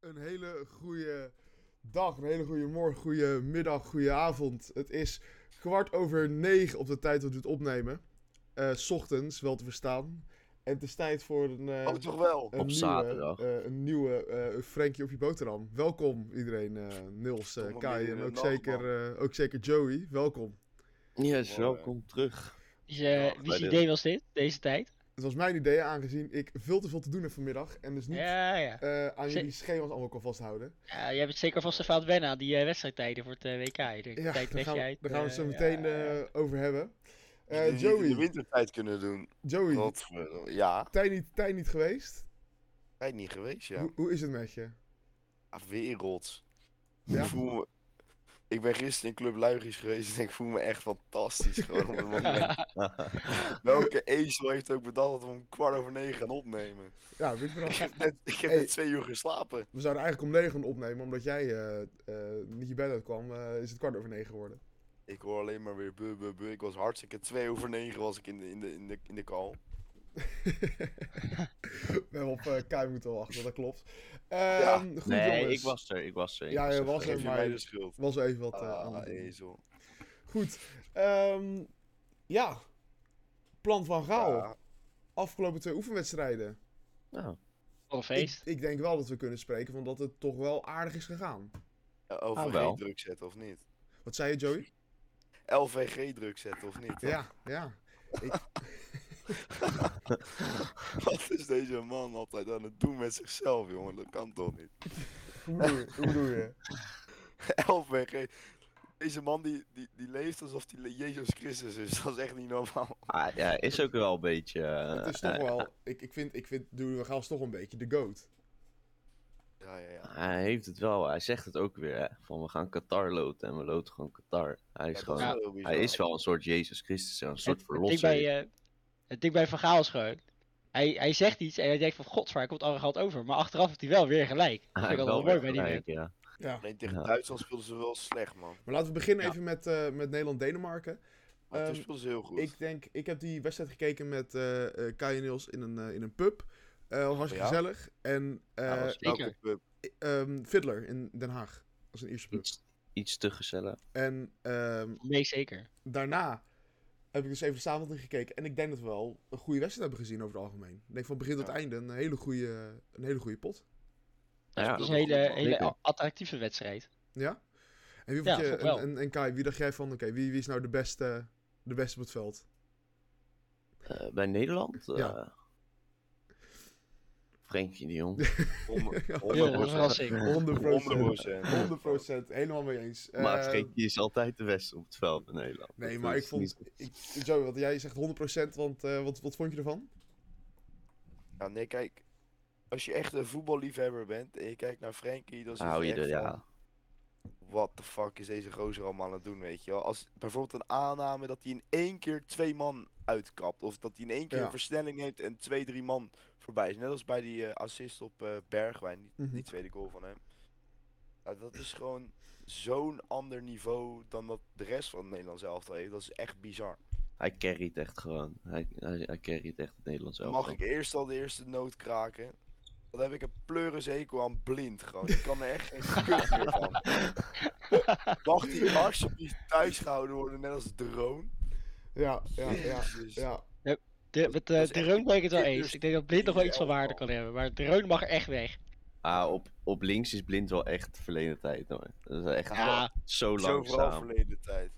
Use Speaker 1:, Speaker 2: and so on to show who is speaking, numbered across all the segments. Speaker 1: een hele goede dag, een hele goede morgen, goede middag, goede avond. Het is kwart over negen op de tijd dat we het opnemen. Eh, 's ochtends, wel te verstaan. En het is tijd voor een, eh,
Speaker 2: Oh, toch wel?
Speaker 1: een
Speaker 3: Op
Speaker 1: nieuwe,
Speaker 3: zaterdag.
Speaker 1: eh, een nieuwe eh, Frankie op je boterham. Welkom iedereen, eh Nils, eh,
Speaker 2: Stomme
Speaker 1: Kai en
Speaker 2: midden in de
Speaker 1: ook
Speaker 2: nacht,
Speaker 1: zeker, eh, ook zeker Joey. Welkom.
Speaker 3: Yes,
Speaker 2: Mooi.
Speaker 3: welkom terug.
Speaker 4: Dus, eh,
Speaker 3: Ja, bij
Speaker 4: wie's
Speaker 3: de-
Speaker 4: idee was dit, deze tijd?
Speaker 1: Het was mijn idee aangezien ik veel te veel te doen heb vanmiddag en dus niet
Speaker 4: Ja, ja.
Speaker 1: eh, aan
Speaker 4: Ze-
Speaker 1: jullie schema's allemaal kan vasthouden.
Speaker 4: ja jij bent zeker vast even aan het wennen aan die eh, wedstrijdtijden voor het eh, WK. hè. De
Speaker 1: Ja, daar
Speaker 4: tijd leg
Speaker 1: gaan,
Speaker 4: je
Speaker 1: we,
Speaker 4: uit,
Speaker 1: daar gaan we het zo
Speaker 4: eh,
Speaker 1: meteen
Speaker 4: ja.
Speaker 1: eh, over hebben. Eh,
Speaker 2: Die niet in de
Speaker 1: Joey,
Speaker 2: wintertijd kunnen doen.
Speaker 1: Joey
Speaker 2: Dat, eh, ja,
Speaker 1: tijd, niet, tijd niet geweest.
Speaker 2: tijd niet geweest, ja.
Speaker 1: Hoe, hoe is het met je?
Speaker 2: Ah, Wereld.
Speaker 1: Ja?
Speaker 2: Ik voel me... Ik ben gisteren in Club Luigjes geweest en ik voel me echt fantastisch gewoon op het moment. Welke ezel heeft ook bedacht dat we om kwart over negen gaan opnemen?
Speaker 1: Ja, weet je wel.
Speaker 2: Ik heb net, ik heb
Speaker 1: Hey.
Speaker 2: net twee uur geslapen.
Speaker 1: We zouden eigenlijk om negen gaan opnemen, omdat jij eh, eh, niet je bed uitkwam, eh, is het kwart over negen geworden.
Speaker 2: Ik hoor alleen maar weer bu, bu, bu. Ik was hartstikke twee over negen was ik in de, in de, in de, in de call.
Speaker 1: We hebben op eh Kai moeten wachten, dat klopt. Ehm,
Speaker 2: Ja.
Speaker 1: goed
Speaker 3: nee,
Speaker 1: jongens.
Speaker 3: ik was er, ik was er. ik
Speaker 1: Ja, je
Speaker 3: er
Speaker 1: was
Speaker 3: geweest.
Speaker 2: Geef
Speaker 1: er,
Speaker 2: je
Speaker 1: maar-
Speaker 2: mij de schuld.
Speaker 1: was wel even wat eh, aan
Speaker 2: Ah,
Speaker 1: het doen.
Speaker 2: ezel.
Speaker 1: Goed, ehm, ja. Plan van Gaal,
Speaker 2: Ja,
Speaker 1: afgelopen twee oefenwedstrijden.
Speaker 3: Nou,
Speaker 4: Wat een
Speaker 1: Ik,
Speaker 4: feest.
Speaker 1: ik denk wel dat we kunnen spreken van dat het toch wel aardig is gegaan.
Speaker 2: LVG
Speaker 3: wel.
Speaker 2: druk zetten of niet?
Speaker 1: Wat zei je, Joey?
Speaker 2: LVG druk zetten of niet?
Speaker 1: Ja, ja.
Speaker 2: Wat is deze man altijd aan het doen met zichzelf, jongen? Dat kan toch niet?
Speaker 1: Hoe bedoel je? Hoe bedoel je?
Speaker 2: LVG. Deze man die, die, die leeft alsof hij Jezus Christus is. Dat is echt niet normaal.
Speaker 3: ah, ja, is ook wel een beetje. eh,
Speaker 1: Het is toch
Speaker 3: eh,
Speaker 1: wel... Ik, ik vind, ik vind Louis van Gaal is toch een beetje de goat.
Speaker 2: Ja, ja, ja.
Speaker 3: hij heeft het wel, hij zegt het ook weer. Hè, van we gaan Qatar loten en we loten gewoon Qatar. Hij is,
Speaker 2: Ja, dat
Speaker 3: gewoon,
Speaker 2: is wel heel bizar.
Speaker 3: hij is wel een soort Jezus Christus, een soort
Speaker 4: het, ding
Speaker 3: verlosser.
Speaker 4: bij, eh, het ding bij Van Gaal is gewoon... Hij, hij zegt iets en hij denkt van godswaar, hij komt arrogant over. Maar achteraf heeft hij wel weer gelijk. Dat
Speaker 3: Hij
Speaker 4: vind ik
Speaker 3: heeft
Speaker 4: altijd
Speaker 3: wel
Speaker 4: wel mooi bij die
Speaker 3: gelijk,
Speaker 4: man.
Speaker 3: ja.
Speaker 1: Ja.
Speaker 2: Alleen tegen
Speaker 3: Ja.
Speaker 2: Duitsland speelden ze wel slecht, man.
Speaker 1: Maar laten we beginnen
Speaker 3: Ja.
Speaker 1: even met, eh, met Nederland-Denemarken.
Speaker 2: Maar toen
Speaker 1: Ehm,
Speaker 2: speelden ze heel goed.
Speaker 1: Ik denk... Ik heb die wedstrijd gekeken met eh eh, Kai en Niels in een, eh, in een pub. Eh was hartstikke
Speaker 2: Ja.
Speaker 1: gezellig. En
Speaker 3: Ja,
Speaker 1: eh
Speaker 3: was
Speaker 4: Zeker.
Speaker 2: Welke club?
Speaker 1: ehm, Fiddler in Den Haag. Dat was een Ierse pub.
Speaker 3: Iets, iets te gezellig.
Speaker 1: En ehm,
Speaker 4: Nee, zeker.
Speaker 1: daarna heb ik dus even de avond gekeken. En ik denk dat we wel een goede wedstrijd hebben gezien over het algemeen. Ik denk van begin tot
Speaker 2: Ja.
Speaker 1: einde een hele goede, een hele goede pot.
Speaker 3: Ja,
Speaker 4: Het is
Speaker 2: dat
Speaker 4: een
Speaker 2: is
Speaker 4: hele,
Speaker 2: goed, man.
Speaker 4: hele
Speaker 3: Zeker.
Speaker 4: a- attractieve wedstrijd.
Speaker 1: Ja? En, wie
Speaker 4: Ja,
Speaker 1: vond je,
Speaker 4: vond ik wel.
Speaker 1: en, en, en Kai, wie dacht jij van, oké, wie, wie is nou de beste, de beste op het veld?
Speaker 3: Eh, bij Nederland? eh
Speaker 1: Ja.
Speaker 3: Frenkie de Jong.
Speaker 2: Honderd-
Speaker 4: Heel een
Speaker 2: 100%.
Speaker 4: verrassing.
Speaker 1: 100 procent.
Speaker 2: 100%.
Speaker 1: 100 procent. Helemaal mee eens.
Speaker 3: maar
Speaker 1: Eh,
Speaker 3: Frenkie is altijd de beste op het veld in Nederland.
Speaker 1: nee,
Speaker 3: Dat
Speaker 1: maar
Speaker 3: is
Speaker 1: ik vond...
Speaker 3: niet-
Speaker 1: Ik, Joey, wat jij zegt 100 procent, want eh, wat, wat vond je ervan?
Speaker 2: Ja, nee, kijk. Als je echt een voetballiefhebber bent en je kijkt naar Frenkie, dan is
Speaker 3: Hou je
Speaker 2: echt
Speaker 3: er,
Speaker 2: van,
Speaker 3: ja.
Speaker 2: Wat de fuck is deze gozer allemaal aan het doen, weet je wel? Als bijvoorbeeld een aanname dat hij in één keer twee man uitkapt. Of dat hij in één keer
Speaker 1: Ja.
Speaker 2: een versnelling heeft en twee, drie man voorbij is. Net als bij die eh, assist op eh, Bergwijn, die,
Speaker 1: Mhm.
Speaker 2: die tweede goal van hem. Ja, dat is gewoon zo'n ander niveau dan dat de rest van het Nederlands elftal heeft. Dat is echt bizar.
Speaker 3: Hij carryt echt gewoon. Hij, hij, hij carryt echt het Nederlands elftal.
Speaker 2: Mag ik eerst al de eerste noot kraken? Dan heb ik een pleurenzekel aan blind gewoon. Ik kan er echt geen kut meer van. Mag die alsjeblieft thuis gehouden worden, net als de drone?
Speaker 1: Ja, ja, ja.
Speaker 2: Jezus.
Speaker 1: ja.
Speaker 4: De,
Speaker 2: Dat
Speaker 4: met, de
Speaker 2: is
Speaker 4: de
Speaker 2: echt
Speaker 4: Reun ben ik het wel
Speaker 2: dit
Speaker 4: eens.
Speaker 2: is
Speaker 4: Ik denk dat Blind nog wel iets van
Speaker 2: die
Speaker 4: waarde
Speaker 3: oh,
Speaker 2: elftal.
Speaker 4: kan hebben. Maar de Reun mag echt weg.
Speaker 3: Ah, op, op links is blind wel echt verleden tijd hoor. Dat is echt
Speaker 4: Ja.
Speaker 3: wel
Speaker 2: Zo
Speaker 3: zo
Speaker 2: vooral
Speaker 3: langzaam.
Speaker 2: verleden tijd.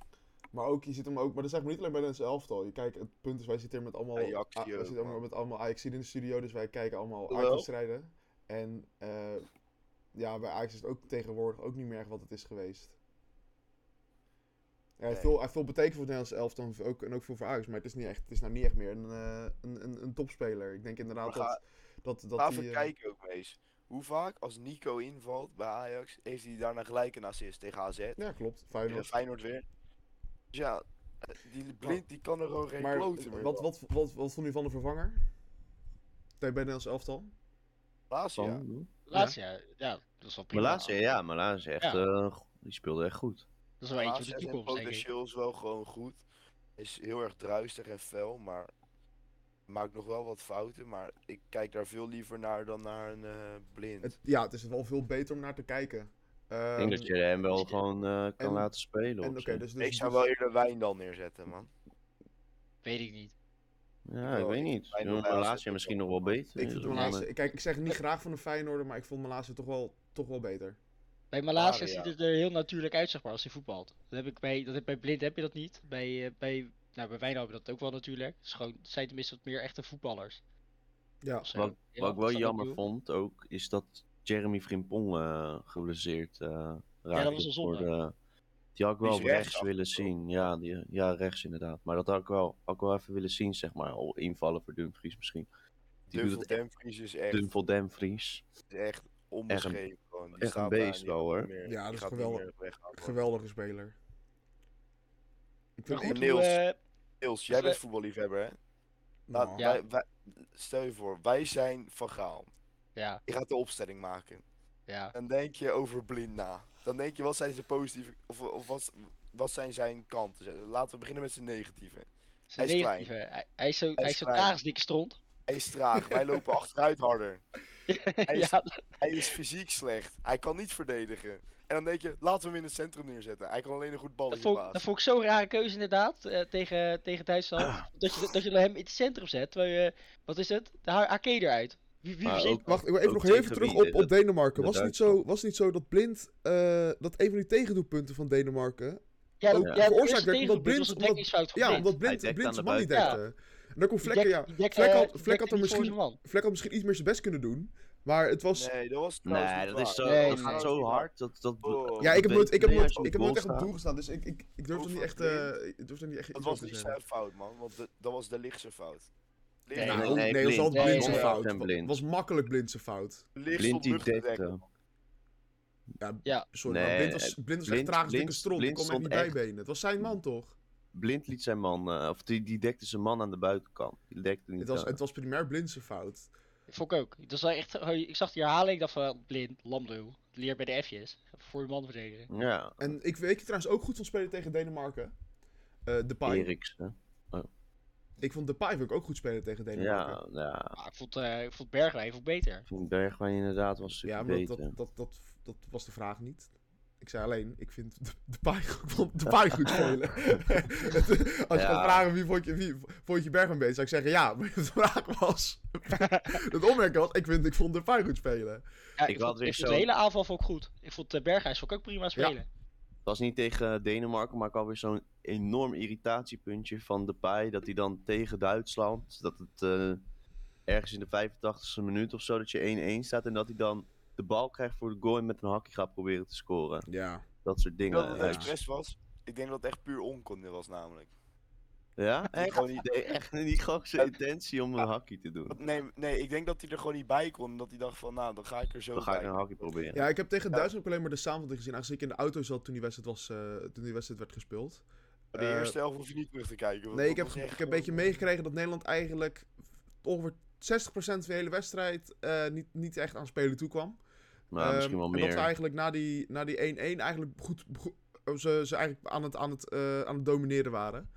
Speaker 1: Maar ook, je zit hem ook, maar dat is eigenlijk niet alleen bij Nederlands elftal. Je kijkt, het punt is, wij zitten hier met allemaal,
Speaker 2: Ajaxie
Speaker 1: ah, wij
Speaker 2: ook,
Speaker 1: zitten allemaal
Speaker 2: man.
Speaker 1: met allemaal Ajax in de studio, dus wij kijken allemaal
Speaker 2: Wel.
Speaker 1: uitwedstrijden. En eh, ja, bij Ajax is het ook tegenwoordig ook niet meer echt wat het is geweest. Ja, hij heeft
Speaker 2: Nee.
Speaker 1: veel, hij heeft veel betekend voor het Nederlands elftal en ook, en ook veel voor Ajax, maar het is, niet echt, het is nou niet echt meer een, eh, een, een, een topspeler. Ik denk inderdaad
Speaker 2: Maar ga-
Speaker 1: dat... dat, dat
Speaker 2: Ga
Speaker 1: hij,
Speaker 2: even
Speaker 1: eh,
Speaker 2: kijken ook, Mees. Hoe vaak als Nico invalt bij Ajax, heeft hij daarna gelijk een assist tegen AZ.
Speaker 1: Ja, klopt.
Speaker 2: Tegen
Speaker 1: Feyenoord.
Speaker 2: Feyenoord weer. Dus ja, eh, die blind die kan er gewoon geen
Speaker 1: Maar
Speaker 2: kloten meer
Speaker 1: wat,
Speaker 2: van.
Speaker 1: wat, wat, wat vond u van de vervanger? Bij Nederlands elftal?
Speaker 2: Laatste, ja.
Speaker 3: Van-
Speaker 4: Laatste ja. ja, dat is wel prima.
Speaker 3: Malasia, ja, Malasia echt,
Speaker 4: Ja.
Speaker 3: eh, go- die speelde echt goed.
Speaker 4: Dat is wel eentje voor
Speaker 2: Ja,
Speaker 4: de
Speaker 2: zijn
Speaker 4: toekomst, denk ik.
Speaker 2: potentieel is wel gewoon goed. Is heel erg druistig en fel, maar maakt nog wel wat fouten, maar ik kijk daar veel liever naar dan naar een eh, blind.
Speaker 1: Het, ja, het is wel veel beter om naar te kijken.
Speaker 3: Ik
Speaker 1: Ehm,
Speaker 3: denk dat je hem wel gewoon eh, kan
Speaker 1: en-
Speaker 3: laten spelen.
Speaker 1: en
Speaker 3: of
Speaker 1: oké,
Speaker 3: zo.
Speaker 1: dus, dus,
Speaker 2: ik zou wel eerder wijn dan neerzetten, man.
Speaker 4: Weet ik niet.
Speaker 3: Ja, ik
Speaker 2: Oh,
Speaker 3: weet
Speaker 2: ik-
Speaker 3: niet.
Speaker 2: bij
Speaker 3: Ik vond
Speaker 2: Malasia
Speaker 3: Malasia
Speaker 2: toch
Speaker 3: misschien nog
Speaker 2: wel.
Speaker 3: wel beter.
Speaker 1: ik, vond
Speaker 3: Dus
Speaker 1: Malasia-
Speaker 3: dan, eh,
Speaker 1: kijk, ik zeg niet graag van een Feyenoorder, maar ik vond Malasia toch wel, toch wel beter.
Speaker 4: Bij Malasia
Speaker 2: Ah, ja.
Speaker 4: ziet het er heel natuurlijk uit, zeg maar, als hij voetbalt. Dat heb ik bij, dat heb, bij Blind heb je dat niet. Bij, eh, bij, nou, bij Wijnaldum heb je dat ook wel natuurlijk. Het is gewoon, het zijn tenminste wat meer echte voetballers.
Speaker 1: Ja,
Speaker 4: Of zo.
Speaker 3: Wat-
Speaker 4: Ja,
Speaker 3: Wat ik wel
Speaker 4: snap
Speaker 3: jammer
Speaker 4: bedoel?
Speaker 3: vond ook, is dat Jeremy Frimpong eh geblesseerd eh, raakte.
Speaker 4: was wel
Speaker 3: voor
Speaker 4: zonde.
Speaker 3: de- die had ik
Speaker 2: Die
Speaker 3: wel
Speaker 2: is
Speaker 3: rechts,
Speaker 2: rechts af,
Speaker 3: willen
Speaker 2: toch?
Speaker 3: zien. Ja, die, ja, rechts inderdaad. Maar dat had ik, wel, had ik wel even willen zien, zeg maar. Al invallen voor Dumfries misschien. Die doet
Speaker 2: Duvel
Speaker 3: het echt.
Speaker 2: Dumfries is echt,
Speaker 3: Dumfries Dumfries.
Speaker 2: is echt onbeschreven. gewoon. Die
Speaker 3: echt een
Speaker 2: staat daar en
Speaker 3: beest
Speaker 2: die gaat
Speaker 3: wel, hoor.
Speaker 2: niet meer-
Speaker 1: Ja,
Speaker 2: die
Speaker 1: dat is
Speaker 2: gaat niet
Speaker 1: geweldig.
Speaker 2: meer weggaan, man.
Speaker 1: geweldige speler. Ik
Speaker 4: Maar
Speaker 1: vind
Speaker 4: goed,
Speaker 1: echt...
Speaker 2: En Niels.
Speaker 4: hoe, eh,
Speaker 2: Niels, jij bent voetballiefhebber, hè? Laat-
Speaker 1: Nou,
Speaker 4: Ja.
Speaker 2: wij- wij- stel je voor, wij zijn van Gaal.
Speaker 4: ja,
Speaker 2: Je gaat de opstelling maken.
Speaker 4: ja.
Speaker 2: Dan denk je over blind na. Dan denk je, wat zijn zijn positieve... Of, of wat, wat zijn zijn kanten? Laten we beginnen met zijn negatieve.
Speaker 4: Zijn
Speaker 2: Hij is klein.
Speaker 4: negatieve. Hij, hij is zo, hij
Speaker 2: is
Speaker 4: is zo
Speaker 2: klein.
Speaker 4: kaarsdikke stront.
Speaker 2: Hij is traag, wij lopen achteruit harder. is-
Speaker 4: ja,
Speaker 2: Hij is fysiek slecht, hij kan niet verdedigen. En dan denk je, laten we hem in het centrum neerzetten. Hij kan alleen een goed
Speaker 4: dat
Speaker 2: balletje
Speaker 4: vond, ik- dat
Speaker 2: passen.
Speaker 4: vond ik zo'n rare keuze inderdaad, eh, tegen, tegen Duitsland. dat, je, dat je hem in het centrum zet, terwijl je, wat is het? De ha- AK eruit. Wie, wie
Speaker 3: Maar
Speaker 4: verzint
Speaker 3: ook-
Speaker 1: Wacht, ik wil even
Speaker 3: Ook
Speaker 1: nog heel even
Speaker 3: tegen
Speaker 1: terug
Speaker 3: wie? eh,
Speaker 1: op,
Speaker 3: Dat-
Speaker 1: op Denemarken.
Speaker 3: dat
Speaker 1: Was niet,
Speaker 3: Duitsland.
Speaker 1: zo, was niet zo dat Blind, eh, dat een van die tegendoelpunten van Denemarken,
Speaker 4: Ja, dat
Speaker 3: Ja.
Speaker 4: ja,
Speaker 1: Veroorzaakt
Speaker 4: veroorzaakt
Speaker 1: werd omdat
Speaker 4: omdat Blind...
Speaker 1: Blind-
Speaker 4: was een
Speaker 1: omdat-
Speaker 4: dekkingsfout van
Speaker 1: Ja,
Speaker 4: Blind.
Speaker 1: omdat
Speaker 3: Hij
Speaker 1: Blind,
Speaker 3: dekt
Speaker 1: blind
Speaker 3: aan de
Speaker 1: zijn man niet
Speaker 4: buitenkant.
Speaker 1: dekte. En dan kon
Speaker 4: Die
Speaker 1: Vlekken,
Speaker 4: dek-
Speaker 1: ja.
Speaker 4: die dek,
Speaker 1: Vlek
Speaker 4: eh,
Speaker 1: had-
Speaker 4: die
Speaker 1: Vlek
Speaker 4: dekte
Speaker 1: had er
Speaker 4: niet voor
Speaker 1: misschien-
Speaker 4: zijn man.
Speaker 1: Vlek had misschien iets meer zijn best kunnen doen. Maar het was...
Speaker 2: Nee, dat was trouwens
Speaker 3: Nee,
Speaker 2: niet
Speaker 3: dat is
Speaker 2: waar.
Speaker 3: zo,
Speaker 4: Nee,
Speaker 3: dat
Speaker 4: nee.
Speaker 3: gaat zo hard. Dat, dat,
Speaker 2: Oh.
Speaker 3: dat
Speaker 1: Ja, ik heb
Speaker 3: weet-
Speaker 1: nooit, ik heb
Speaker 3: nee,
Speaker 1: nooit,
Speaker 3: als je
Speaker 1: ik heb
Speaker 3: goal
Speaker 1: nooit echt op
Speaker 3: staat-
Speaker 1: doel gestaan, dus ik, ik, ik durf er niet echt, eh, ik durf er niet echt
Speaker 2: Dat
Speaker 1: iets
Speaker 2: was
Speaker 1: over te
Speaker 2: niet
Speaker 1: zeggen.
Speaker 2: zijn fout, man. Want de- dat was de lichtse fout. De
Speaker 4: Nee,
Speaker 2: Ligt-
Speaker 1: Nou, nee,
Speaker 3: nee,
Speaker 1: dat was
Speaker 3: blind.
Speaker 1: altijd blind zijn
Speaker 4: Nee,
Speaker 1: fout.
Speaker 3: en
Speaker 1: Het
Speaker 3: blind.
Speaker 1: was makkelijk blind zijn fout.
Speaker 2: de licht
Speaker 3: Blind
Speaker 2: stond
Speaker 3: die
Speaker 2: lucht te dekken.
Speaker 3: dekte.
Speaker 1: Ja,
Speaker 4: Ja.
Speaker 1: sorry,
Speaker 3: Nee,
Speaker 1: maar blind was, blind was echt
Speaker 3: Blind-
Speaker 1: traag als dikke
Speaker 3: Blind-
Speaker 1: stront. Ik
Speaker 3: Blind
Speaker 1: kon echt niet
Speaker 3: stond echt-
Speaker 1: bijbenen. Het was zijn man, toch?
Speaker 3: Blind liet zijn man, eh, of die, die dekte zijn man aan de buitenkant. Die dekte niet
Speaker 1: Het was,
Speaker 3: aan-
Speaker 1: het was primair blind zijn fout.
Speaker 4: Vond ik ook. Dat was wel echt, oh, ik zag die herhaling, ik dacht van oh, blind, lamdoel. Leer bij de F'jes. Voor je man verdedigen.
Speaker 3: Ja,
Speaker 1: En ik weet je trouwens ook goed van spelen tegen Denemarken. Eh Depay.
Speaker 3: Eriksen.
Speaker 1: Ik vond Depay vind ik ook goed spelen tegen Denemarken.
Speaker 3: Ja, ja.
Speaker 4: Maar ik vond, eh, ik vond Bergwijn vond ik beter.
Speaker 3: Ik vind Bergwijn inderdaad was een stuk
Speaker 1: Ja, maar dat,
Speaker 3: beter.
Speaker 1: dat, dat, dat, dat was de vraag niet. Ik zei alleen, ik vind de, de, paai, goed- de paai goed spelen. Als je gaat
Speaker 3: Ja.
Speaker 1: vragen wie vond je, wie vond je Bergman beter, zou ik zeggen ja. Maar de vraag was, het opmerking was, ik, vind, ik vond de paai goed spelen.
Speaker 4: Ja,
Speaker 3: Ik
Speaker 4: ik,
Speaker 3: had
Speaker 4: vond,
Speaker 3: weer
Speaker 4: ik vond de
Speaker 3: zo'n-
Speaker 4: hele aanval vond ik goed. Ik vond eh, Berghuis vond ik ook prima spelen.
Speaker 3: Het was niet tegen Denemarken, maar ik had weer zo'n enorm irritatiepuntje van Depay. Dat hij dan tegen Duitsland, dat het eh, ergens in de 85e minuut of zo, dat je 1-1 staat. En dat hij dan de bal krijgt voor de goal en met een hakje gaat proberen te scoren.
Speaker 1: Ja.
Speaker 3: Dat soort
Speaker 2: Ik
Speaker 3: dingen. eh,
Speaker 2: denk dat het
Speaker 1: ja.
Speaker 2: expres was. Ik denk dat het echt puur onkunde was, namelijk.
Speaker 3: Ja, echt?
Speaker 2: gewoon niet-
Speaker 3: Nee, echt niet gewoon zijn intentie om een hakje te doen.
Speaker 2: Nee, nee, ik denk dat hij er gewoon niet bij kon. Omdat hij dacht van, nou, dan ga ik er zo
Speaker 3: Dan ga ik
Speaker 2: bij.
Speaker 3: een hakje proberen.
Speaker 1: ja, ik heb tegen
Speaker 2: Ja.
Speaker 1: Duitsland ook alleen maar de samenvatting gezien. Aangezien ik in de auto zat toen die wedstrijd, was, eh, toen die wedstrijd werd gespeeld.
Speaker 2: De
Speaker 1: Eh,
Speaker 2: eerste helft hoef je niet terug te kijken. want
Speaker 1: Nee, ik
Speaker 2: dat
Speaker 1: heb,
Speaker 2: was
Speaker 1: ik
Speaker 2: echt
Speaker 1: heb een
Speaker 2: gewoon-
Speaker 1: beetje meegekregen dat Nederland eigenlijk ongeveer 60% van de hele wedstrijd eh, niet, niet echt aan spelen toekwam.
Speaker 3: Maar
Speaker 1: Ehm,
Speaker 3: Nou, misschien wel
Speaker 1: En dat
Speaker 3: meer.
Speaker 1: ze eigenlijk na die, na die 1-1 eigenlijk goed, go- ze, ze eigenlijk aan het, aan het, eh, aan het domineren waren.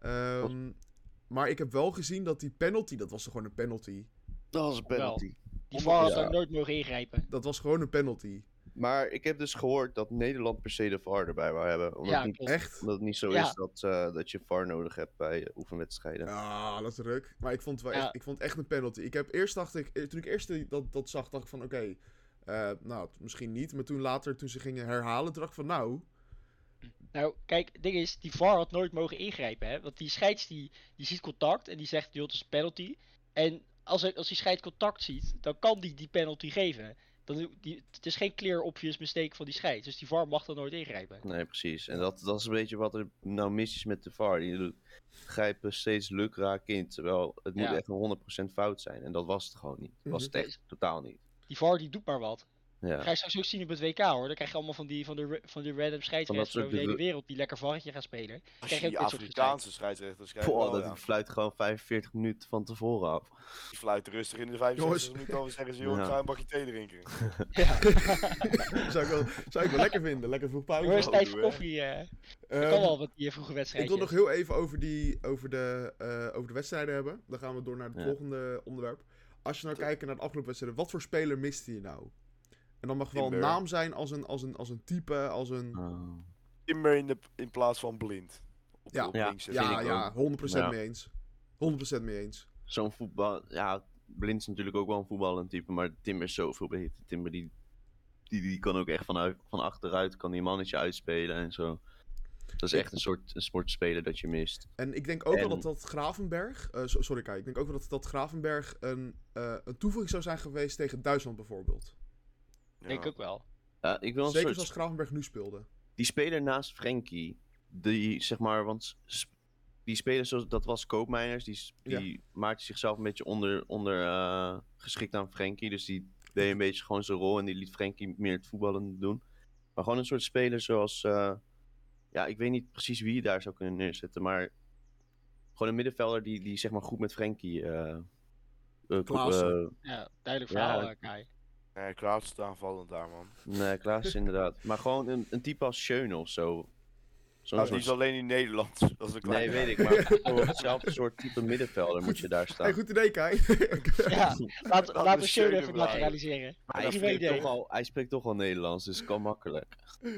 Speaker 1: Ehm, maar ik heb wel gezien dat die penalty, dat was gewoon een penalty.
Speaker 3: Dat was een penalty.
Speaker 2: Ja.
Speaker 4: Die VAR had daar nooit mogen ingrijpen.
Speaker 1: Dat was gewoon een penalty.
Speaker 3: Maar ik heb dus gehoord dat Nederland per se de VAR erbij wou hebben. Omdat,
Speaker 4: ja,
Speaker 3: het, niet,
Speaker 4: klopt.
Speaker 1: Echt?
Speaker 3: omdat het niet zo
Speaker 4: Ja.
Speaker 3: is dat, eh, dat je VAR nodig hebt bij eh, oefenwedstrijden.
Speaker 1: Ah, dat is ruk. Maar ik vond, het wel
Speaker 4: Ja.
Speaker 1: echt, ik vond het echt een penalty. Ik heb eerst dacht ik, eh, toen ik eerst die- dat, dat zag, dacht ik van oké, eh, nou misschien niet. Maar toen later, toen ze gingen herhalen, toen dacht ik van nou,
Speaker 4: Nou, kijk, het ding is, die VAR had nooit mogen ingrijpen, hè? Want die scheids, die, die ziet contact en die zegt, joh, het is een penalty. En als, hij- als die scheids contact ziet, dan kan die die penalty geven. Dan, die, het is geen clear obvious mistake van die scheids, dus die VAR mag dan nooit ingrijpen.
Speaker 3: Nee, precies. En dat, dat is een beetje wat er nou mis is met de VAR. Je doet- grijpen steeds lukraak in. Terwijl het moet
Speaker 4: Ja.
Speaker 3: echt een 100% fout zijn. En dat was het gewoon niet. Was het
Speaker 4: Mhm.
Speaker 3: echt totaal niet.
Speaker 4: Die VAR die doet maar wat.
Speaker 3: Ja.
Speaker 4: Dat ga je straks ook zien op het WK hoor. Dan krijg je allemaal van die, van de, ra- van die random scheidsrechters
Speaker 3: soort
Speaker 4: over de hele
Speaker 3: bedoel-
Speaker 4: wereld die lekker varretje gaan spelen.
Speaker 2: Als je
Speaker 4: Krijg je
Speaker 2: die
Speaker 4: ook dit soort
Speaker 2: Afrikaanse scheidsrechter schrijft,
Speaker 3: Boah,
Speaker 2: oh,
Speaker 3: dat
Speaker 2: ja.
Speaker 3: die fluit gewoon 45 minuten van tevoren af.
Speaker 2: die fluit rustig in de 65
Speaker 1: Jongens.
Speaker 2: minuten al en zeggen ze, joh,
Speaker 3: Ja.
Speaker 2: ik ga een bakje thee drinken.
Speaker 4: Ja,
Speaker 1: zou, ik wel, zou ik wel lekker vinden. Lekker vroeg pauze.
Speaker 4: jongens,
Speaker 2: wel
Speaker 4: tijd
Speaker 2: doen,
Speaker 4: voor
Speaker 2: hè.
Speaker 4: koffie. eh.
Speaker 1: Ehm,
Speaker 4: Dat kan wel wat die vroege
Speaker 1: oh, ik wil nog
Speaker 4: wedstrijdjes.
Speaker 1: heel even over, die, over, de, eh, over de wedstrijden hebben. Dan gaan we door naar het
Speaker 3: Ja.
Speaker 1: volgende onderwerp. Als je nou kijkt naar de afgelopen wedstrijden, wat voor speler miste je nou? En dan mag wel een
Speaker 2: Timber.
Speaker 1: naam zijn als een, als een, als een type, als een...
Speaker 3: Oh.
Speaker 2: Timmer in, de, in plaats van blind. Op,
Speaker 1: Ja.
Speaker 2: op
Speaker 3: Ja.
Speaker 2: links zetten.
Speaker 3: vind
Speaker 1: Ja,
Speaker 3: ik
Speaker 1: ja, 100%
Speaker 3: Ja.
Speaker 1: mee eens. 100% mee eens.
Speaker 3: Zo'n voetbal... Ja, Blind is natuurlijk ook wel een voetballend type, maar Timber is zoveel beter. Timber die, die, die kan ook echt vanuit, van achteruit, kan die mannetje uitspelen en zo. Dat is echt een soort een sportspeler dat je mist.
Speaker 1: En ik denk ook wel
Speaker 3: En-
Speaker 1: dat dat Gravenberg... eh, so- sorry, Kai. Ik denk ook wel dat dat Gravenberg een, eh, een toevoeging zou zijn geweest tegen Duitsland bijvoorbeeld.
Speaker 2: Ja.
Speaker 4: Denk ik ook wel.
Speaker 3: Ja, ik wil een
Speaker 1: Zeker
Speaker 3: soort
Speaker 1: zoals Gravenberg nu speelde.
Speaker 3: die speler naast Frenkie, die zeg maar, want sp- die speler zoals dat was Koopmeiners, die, s-
Speaker 1: Ja.
Speaker 3: die maakte zichzelf een beetje onder, onder eh, geschikt aan Frenkie, dus die deed een beetje gewoon zijn rol en die liet Frenkie meer het voetballen doen. Maar gewoon een soort speler zoals, eh, ja, ik weet niet precies wie je daar zou kunnen neerzetten, maar gewoon een middenvelder die, die zeg maar goed met Frenkie. eh eh, ko-
Speaker 1: Klaassen.
Speaker 3: eh,
Speaker 4: Ja, duidelijk
Speaker 3: Ja,
Speaker 4: verhaal,
Speaker 3: dat-
Speaker 4: eh, Kai.
Speaker 2: Nee, Klaas staat aanvallend daar, man.
Speaker 3: eh, nee, Klaas inderdaad. Maar gewoon een, een type als Schöne of zo. Zo'n
Speaker 2: Nou, die
Speaker 3: soort
Speaker 2: is alleen in Nederland. Dat is een klein
Speaker 3: Nee, weet ik, maar voor hetzelfde soort type middenvelder moet je daar
Speaker 1: Hey,
Speaker 3: staan.
Speaker 1: goed idee, Kai.
Speaker 4: Ja, laten
Speaker 2: Laten
Speaker 4: laten
Speaker 2: we
Speaker 4: we Schöne
Speaker 2: Schöne
Speaker 4: even
Speaker 2: blijven.
Speaker 4: naturaliseren.
Speaker 3: Maar hij,
Speaker 4: Prima
Speaker 3: spreekt
Speaker 4: idee.
Speaker 3: toch al, hij spreekt toch al Nederlands, dus kan makkelijk.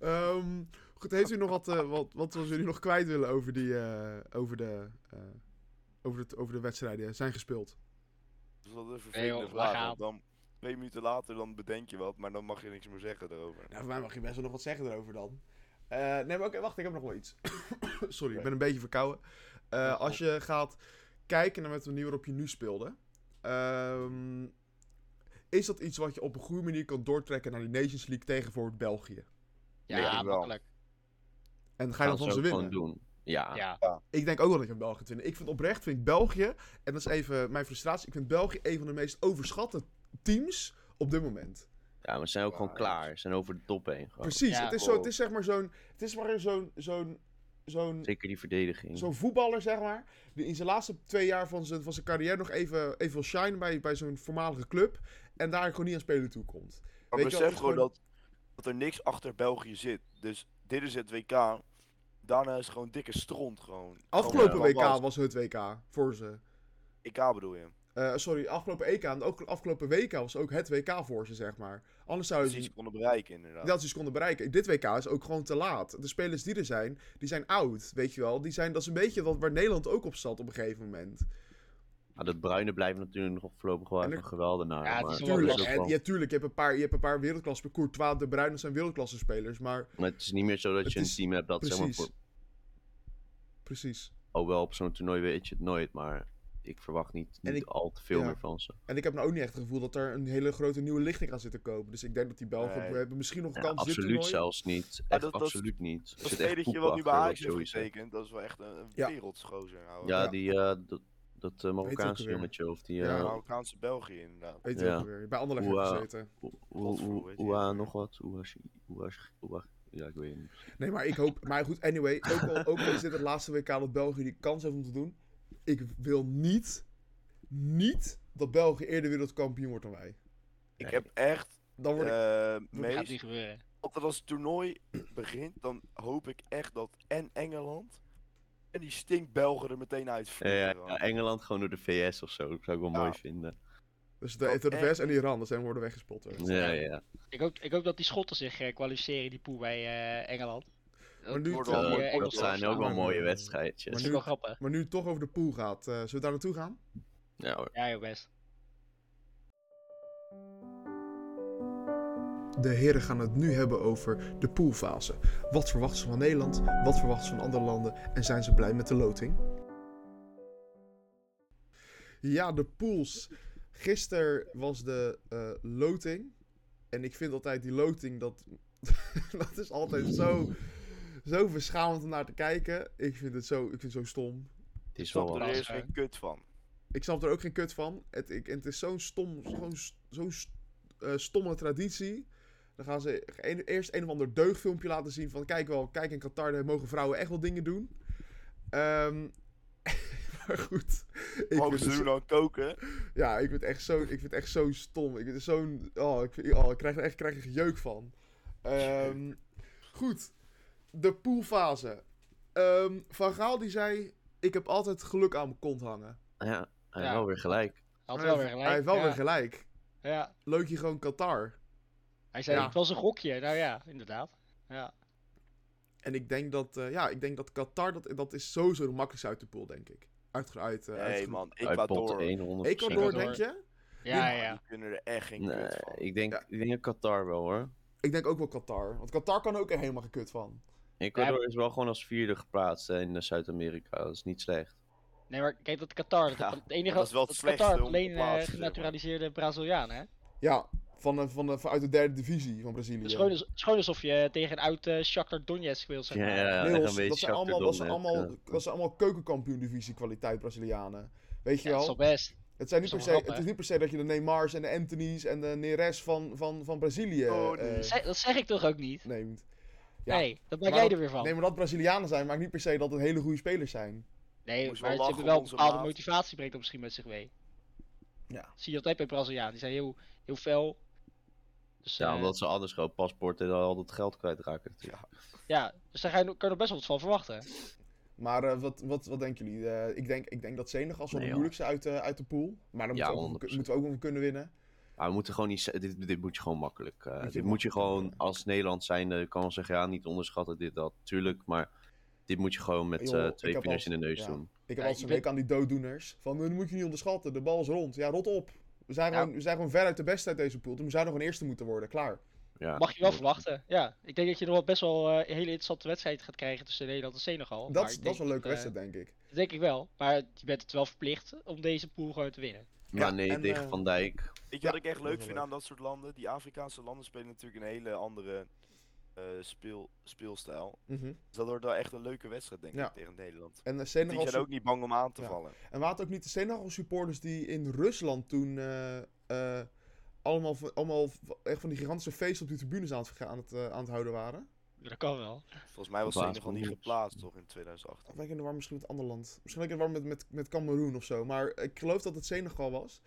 Speaker 1: Ehm, goed, heeft u nog wat, eh, wat, wat we jullie nog kwijt willen over, die, eh, over, de, eh, over, het, over de wedstrijden die zijn gespeeld?
Speaker 2: Dus dat is een
Speaker 4: Nee, joh,
Speaker 2: vervelende vraag.
Speaker 4: laat
Speaker 2: want Dan, twee minuten later dan bedenk je wat, maar dan mag je niks meer zeggen erover.
Speaker 1: Nou, voor mij mag je best wel nog wat zeggen erover dan. Eh, nee, maar oké, wacht, ik heb nog wel iets. Sorry, ik ben een beetje verkouden. Eh,
Speaker 2: Ja,
Speaker 1: als je gaat kijken naar met de manier waarop je nu speelde, ehm, is dat iets wat je op een goede manier kan doortrekken naar die Nations League tegen voor België?
Speaker 4: Ja,
Speaker 2: denk ik wel.
Speaker 4: makkelijk.
Speaker 1: En ga je dan
Speaker 3: Gaan
Speaker 1: van ze
Speaker 3: ook
Speaker 1: winnen?
Speaker 3: gewoon doen.
Speaker 2: Ah,
Speaker 3: Ja.
Speaker 4: Ja.
Speaker 1: Ik denk ook wel dat je België gaat winnen. Ik vind oprecht, vind ik België, en dat is even mijn frustratie, ik vind België een van de meest overschatte teams op dit moment.
Speaker 3: ja, maar ze zijn ook gewoon
Speaker 2: Ja,
Speaker 3: klaar. Ze zijn over de top heen. Gewoon.
Speaker 1: Precies,
Speaker 4: Ja,
Speaker 1: het, is zo, het
Speaker 2: wow.
Speaker 1: is zeg maar zo'n, het is maar zo'n, zo'n, zo'n,
Speaker 3: Zeker die verdediging.
Speaker 1: zo'n voetballer zeg maar, die in zijn laatste twee jaar van zijn, van zijn carrière nog even, even wil shine bij, bij zo'n voormalige club, en daar gewoon niet aan spelen toe komt.
Speaker 2: Maar
Speaker 1: je wel, het
Speaker 2: besef
Speaker 1: is
Speaker 2: gewoon
Speaker 1: gewoon-
Speaker 2: dat, dat er niks achter België zit. Dus dit is het WK. Daarna is het gewoon dikke stront gewoon.
Speaker 1: Afgelopen
Speaker 2: Gewoon eh,
Speaker 1: WK
Speaker 2: wat
Speaker 1: was het WK voor ze.
Speaker 2: WK bedoel je.
Speaker 1: Eh, sorry, afgelopen EK, en ook afgelopen WK was ook het WK voor ze zeg maar. Anders zou
Speaker 2: Dat ze
Speaker 1: het
Speaker 2: iets konden bereiken inderdaad.
Speaker 1: dat ze iets konden bereiken. Dit WK is ook gewoon te laat. De spelers die er zijn, die zijn oud, weet je wel. Die zijn, dat is een beetje wat, waar Nederland ook op zat op een gegeven moment.
Speaker 3: Maar Nou, dat bruine blijft natuurlijk nog voorlopig wel
Speaker 1: En
Speaker 3: even
Speaker 1: er-
Speaker 3: een geweldenaar.
Speaker 4: Ja, het
Speaker 3: maar
Speaker 4: is wel
Speaker 3: dat
Speaker 1: Tuurlijk,
Speaker 4: lastig.
Speaker 3: ook
Speaker 1: en,
Speaker 3: wel-
Speaker 1: ja, tuurlijk je, hebt een paar, je hebt een paar wereldklasse per Courtois, De Bruyne zijn wereldklasse spelers, maar
Speaker 3: maar het is niet meer zo dat
Speaker 1: Het
Speaker 3: je een
Speaker 1: is-
Speaker 3: team hebt dat zeg maar
Speaker 1: precies.
Speaker 3: voor...
Speaker 1: Precies.
Speaker 3: Hoewel op zo'n toernooi weet je het nooit, maar ik verwacht niet,
Speaker 1: En
Speaker 3: niet
Speaker 1: ik-
Speaker 3: al te veel
Speaker 1: ja.
Speaker 3: meer van ze.
Speaker 1: En ik heb nou ook niet echt het gevoel dat er een hele grote nieuwe lichting aan zit te komen. Dus ik denk dat die Belgen
Speaker 2: Nee.
Speaker 1: we hebben misschien nog een
Speaker 3: Ja,
Speaker 1: kans dit
Speaker 3: absoluut
Speaker 1: toernooi.
Speaker 3: zelfs niet.
Speaker 2: Maar
Speaker 3: Echt
Speaker 2: dat- dat-
Speaker 3: absoluut niet. Er
Speaker 2: Dat
Speaker 3: zit echt
Speaker 2: spelletje
Speaker 3: poep
Speaker 2: wat nu bij
Speaker 3: achter,
Speaker 2: Ajax
Speaker 3: dat
Speaker 2: heeft
Speaker 3: sowieso.
Speaker 2: getekend, dat is wel echt een, een
Speaker 1: Ja.
Speaker 2: wereldsgozer. ouwe.
Speaker 3: Ja,
Speaker 1: Ja.
Speaker 3: die, eh, dat, dat eh, Marokkaanse
Speaker 1: weer.
Speaker 3: jongetje of die...
Speaker 1: Ja.
Speaker 3: eh,
Speaker 2: Marokkaanse België inderdaad.
Speaker 1: Weet je
Speaker 3: Ja.
Speaker 1: ook weer. Bij Anderlecht
Speaker 3: Hoe,
Speaker 1: heeft
Speaker 3: eh,
Speaker 1: gezeten.
Speaker 3: Oe- oe-
Speaker 2: Godverdomme,
Speaker 3: oe-
Speaker 2: weet je
Speaker 3: Oea,
Speaker 2: niet.
Speaker 3: nog wat? Oeashi, oeashi, oeashi. Ja, ik weet het niet.
Speaker 1: Nee, maar ik hoop... Maar goed, anyway. Ook al, ook al is dit het laatste WK dat België die kans heeft om te doen. Ik wil niet... Niet dat België eerder wereldkampioen wordt dan wij.
Speaker 2: Ik
Speaker 3: Nee.
Speaker 2: heb echt,
Speaker 1: Dan word ik...
Speaker 2: eh
Speaker 4: Dat gaat
Speaker 2: meest,
Speaker 4: niet gebeuren.
Speaker 2: altijd als het toernooi begint, dan hoop ik echt dat en Engeland en die stinkt Belgen er meteen uit
Speaker 3: Ja, ja,
Speaker 2: vliegen.
Speaker 3: ja, Engeland gewoon door de VS of zo. Dat zou ik wel
Speaker 2: Ja.
Speaker 3: mooi vinden.
Speaker 1: Dus de,
Speaker 2: dat
Speaker 1: de
Speaker 2: echt-
Speaker 1: VS en Iran, dat zijn worden weggespoeld. hoor.
Speaker 3: Ja, ja.
Speaker 4: Ik hoop, ik hoop dat die Schotten zich eh, kwalificeren, die pool bij eh, Engeland.
Speaker 1: Maar nu,
Speaker 2: wordt
Speaker 1: het-
Speaker 2: wel
Speaker 3: Dat-
Speaker 2: mooi.
Speaker 4: eh,
Speaker 3: dat
Speaker 4: Engels
Speaker 3: zijn ook wel
Speaker 1: maar-
Speaker 3: mooie
Speaker 4: Dat
Speaker 1: Maar
Speaker 3: wedstrijdjes.
Speaker 4: is
Speaker 1: nu-
Speaker 4: ook wel grappig.
Speaker 1: maar nu het toch over de pool gaat, eh, zullen we daar naartoe gaan?
Speaker 3: Ja, hoor.
Speaker 4: Ja, joh, best.
Speaker 1: De heren gaan het nu hebben over de poolfase. Wat verwachten ze van Nederland? Wat verwachten ze van andere landen? En zijn ze blij met de loting? Ja, de pools. Gisteren was de eh, loting. En ik vind altijd die loting, dat, dat is altijd zo, zo verschamend om naar te kijken. Ik vind het zo, ik vind het zo stom.
Speaker 3: Het is wel
Speaker 2: Snap er
Speaker 3: wat.
Speaker 2: eerst geen kut van.
Speaker 1: Ik snap er ook geen kut van. Het, ik, en het is zo'n stom, gewoon st- zo'n st- eh, stomme traditie. Dan gaan ze een- eerst een of ander deugdfilmpje laten zien van... Kijk wel, kijk in Qatar, daar mogen vrouwen echt wel dingen doen. Ehm, maar goed. Ik
Speaker 2: Mogen
Speaker 1: vind
Speaker 2: ze
Speaker 1: het
Speaker 2: doen dan koken?
Speaker 1: ja, ik vind het echt zo, ik vind het echt zo stom. Ik vind het zo'n. Oh, ik, vind- oh, ik krijg er echt ik krijg er jeuk van. Ehm, goed. De poolfase. Ehm, van Gaal die zei: Ik heb altijd geluk aan mijn kont hangen.
Speaker 3: Ja, hij
Speaker 4: Ja.
Speaker 3: had wel weer gelijk.
Speaker 4: Had wel weer
Speaker 1: Hij-
Speaker 4: gelijk.
Speaker 1: Hij heeft wel
Speaker 4: ja.
Speaker 1: weer gelijk.
Speaker 4: Ja.
Speaker 1: Leuk je gewoon Qatar.
Speaker 4: Hij zei,
Speaker 1: Ja.
Speaker 4: het was een gokje. Nou ja, inderdaad. Ja.
Speaker 1: En ik denk dat, eh, ja, ik denk dat Qatar, dat, dat is sowieso de makkelijkste uit de pool, denk ik. Uitge uit, eh,
Speaker 2: Nee
Speaker 1: uitge-
Speaker 2: man,
Speaker 3: Uit pot
Speaker 2: Ecuador.
Speaker 3: 100%.
Speaker 1: Ecuador,
Speaker 4: Ecuador.
Speaker 1: denk je?
Speaker 4: Ja,
Speaker 2: Ja,
Speaker 4: ja.
Speaker 2: Die kunnen er echt geen
Speaker 3: Nee,
Speaker 2: kut van.
Speaker 3: ik denk,
Speaker 1: Ja.
Speaker 3: ik denk Qatar wel hoor.
Speaker 1: Ik denk ook wel Qatar. Want Qatar kan ook er helemaal geen kut van.
Speaker 3: Ecuador is wel gewoon als vierde geplaatst hè, in eh, Zuid-Amerika. Dat is niet slecht.
Speaker 4: Nee, maar kijk, dat Qatar. Dat,
Speaker 2: Ja,
Speaker 4: het enige
Speaker 2: dat is wel het slechtste
Speaker 4: Qatar
Speaker 2: om te
Speaker 4: alleen eh,
Speaker 2: plaatsen, zeg maar.
Speaker 4: genaturaliseerde Braziliaan, hè?
Speaker 1: Ja, van, de- van, de- vanuit de derde divisie van Brazilië.
Speaker 4: Het is gewoon, als- het is gewoon alsof je tegen een oud eh Shakhtar Donetsk speelt, zeg
Speaker 3: Ja,
Speaker 4: maar.
Speaker 3: ja,
Speaker 1: Leeuws,
Speaker 3: echt een beetje
Speaker 1: dat zijn allemaal, dat zijn
Speaker 3: Shakhtar Donetsk,
Speaker 1: allemaal,
Speaker 3: ja.
Speaker 1: dat zijn allemaal keukenkampioen divisie kwaliteit Brazilianen. Weet je
Speaker 4: Ja, dat is
Speaker 1: wel?
Speaker 4: wel best.
Speaker 1: het, zijn niet per
Speaker 4: dat is
Speaker 1: se,
Speaker 4: wel grappig,
Speaker 1: het
Speaker 4: hè?
Speaker 1: is niet per se dat je de Neymars en de Anthony's en de Neres van, van, van Brazilië
Speaker 2: Oh,
Speaker 1: eh,
Speaker 2: nee.
Speaker 4: Zeg- Dat zeg ik toch ook niet?
Speaker 1: neemt. Ja,
Speaker 4: nee, dat maak
Speaker 1: maar
Speaker 4: jij
Speaker 1: dat-
Speaker 4: er weer van.
Speaker 1: Nee,
Speaker 4: Nee,
Speaker 1: maar dat Brazilianen zijn, maakt niet per se dat het hele goede spelers zijn.
Speaker 2: Moest
Speaker 4: maar
Speaker 2: wel
Speaker 4: ze
Speaker 2: lachen
Speaker 4: hebben wel
Speaker 2: om
Speaker 4: een
Speaker 2: onze
Speaker 4: bepaalde
Speaker 2: maat.
Speaker 4: motivatie brengt dat misschien met zich mee.
Speaker 1: Ja.
Speaker 4: Zie je altijd bij Braziliaan. Die zijn heel, heel fel. Dus,
Speaker 3: Ja,
Speaker 4: eh,
Speaker 3: omdat ze anders gewoon paspoort en al dat geld kwijtraken. natuurlijk.
Speaker 4: ja, dus daar ga je, kan je nog best wel wat van verwachten.
Speaker 1: Maar eh, wat, wat, wat denken jullie? Eh, ik, denk, ik denk dat Senegal zal
Speaker 3: Nee,
Speaker 1: de
Speaker 3: joh.
Speaker 1: moeilijkste uit, eh, uit de pool. Maar daar
Speaker 3: Ja,
Speaker 1: moeten, we ook, wel-
Speaker 3: 100%.
Speaker 1: moeten we ook wel van kunnen winnen.
Speaker 3: Maar we moeten gewoon niet, z- dit, dit moet je gewoon makkelijk.
Speaker 1: je
Speaker 3: eh, dit moet je
Speaker 1: makkelijk
Speaker 3: gewoon
Speaker 1: doen,
Speaker 3: als Nederland zijn, eh, kan wel zeggen, ja, niet onderschatten dit, dat, tuurlijk. Maar dit moet je gewoon met
Speaker 1: Joh,
Speaker 3: eh,
Speaker 1: ik
Speaker 3: twee
Speaker 1: heb
Speaker 3: vingers in
Speaker 1: al-
Speaker 3: de neus
Speaker 1: ja.
Speaker 3: doen.
Speaker 1: Ik
Speaker 4: Ja,
Speaker 1: heb altijd
Speaker 4: je
Speaker 1: zo'n
Speaker 4: bent-
Speaker 1: week aan die dooddoeners. Van, dat moet je niet onderschatten, de bal is rond. Ja, rot op. We zijn,
Speaker 4: Nou.
Speaker 1: gewoon, we zijn gewoon ver uit de beste uit deze pool. Toen zouden we gewoon eerste moeten worden, klaar.
Speaker 3: Ja,
Speaker 4: Mag je wel verwachten. Ja, ik denk dat je nog wel best wel eh, een hele interessante wedstrijd gaat krijgen tussen Nederland en Senegal.
Speaker 1: Dat, is-
Speaker 4: maar
Speaker 1: dat
Speaker 4: ik denk
Speaker 1: is wel een leuke
Speaker 4: eh,
Speaker 1: wedstrijd, denk ik.
Speaker 4: dat denk ik wel. Maar je bent het wel verplicht om deze pool gewoon te winnen.
Speaker 3: Maar
Speaker 1: Ja,
Speaker 3: nee,
Speaker 1: en,
Speaker 3: tegen
Speaker 1: eh,
Speaker 3: Van Dijk.
Speaker 2: Weet je
Speaker 1: Ja,
Speaker 2: wat ik echt
Speaker 1: dat is
Speaker 2: leuk
Speaker 1: wel
Speaker 2: vind
Speaker 1: leuk.
Speaker 2: aan dat soort landen? Die Afrikaanse landen spelen natuurlijk een hele andere eh, speel, speelstijl.
Speaker 1: Mhm.
Speaker 2: Dus dat wordt wel echt een leuke wedstrijd, denk
Speaker 1: Ja.
Speaker 2: ik, tegen Nederland.
Speaker 1: En, de
Speaker 2: Die
Speaker 1: Senegal
Speaker 2: zijn ook niet bang om aan te
Speaker 1: Ja.
Speaker 2: vallen.
Speaker 1: en waren het ook niet de Senegal supporters die in Rusland toen eh, eh, allemaal, van- allemaal v- echt van die gigantische feesten op die tribunes aan het, verga- aan het, eh, aan het houden waren?
Speaker 4: Ja, Dat kan wel.
Speaker 2: Volgens mij was
Speaker 3: Verbaasd
Speaker 2: Senegal
Speaker 3: me
Speaker 2: niet
Speaker 3: niet.
Speaker 2: geplaatst, toch, in 2018.
Speaker 1: Of ben ik in de war misschien met een ander land? Misschien ben ik in de war met, met, met Cameroen of zo. Maar ik geloof dat het Senegal was.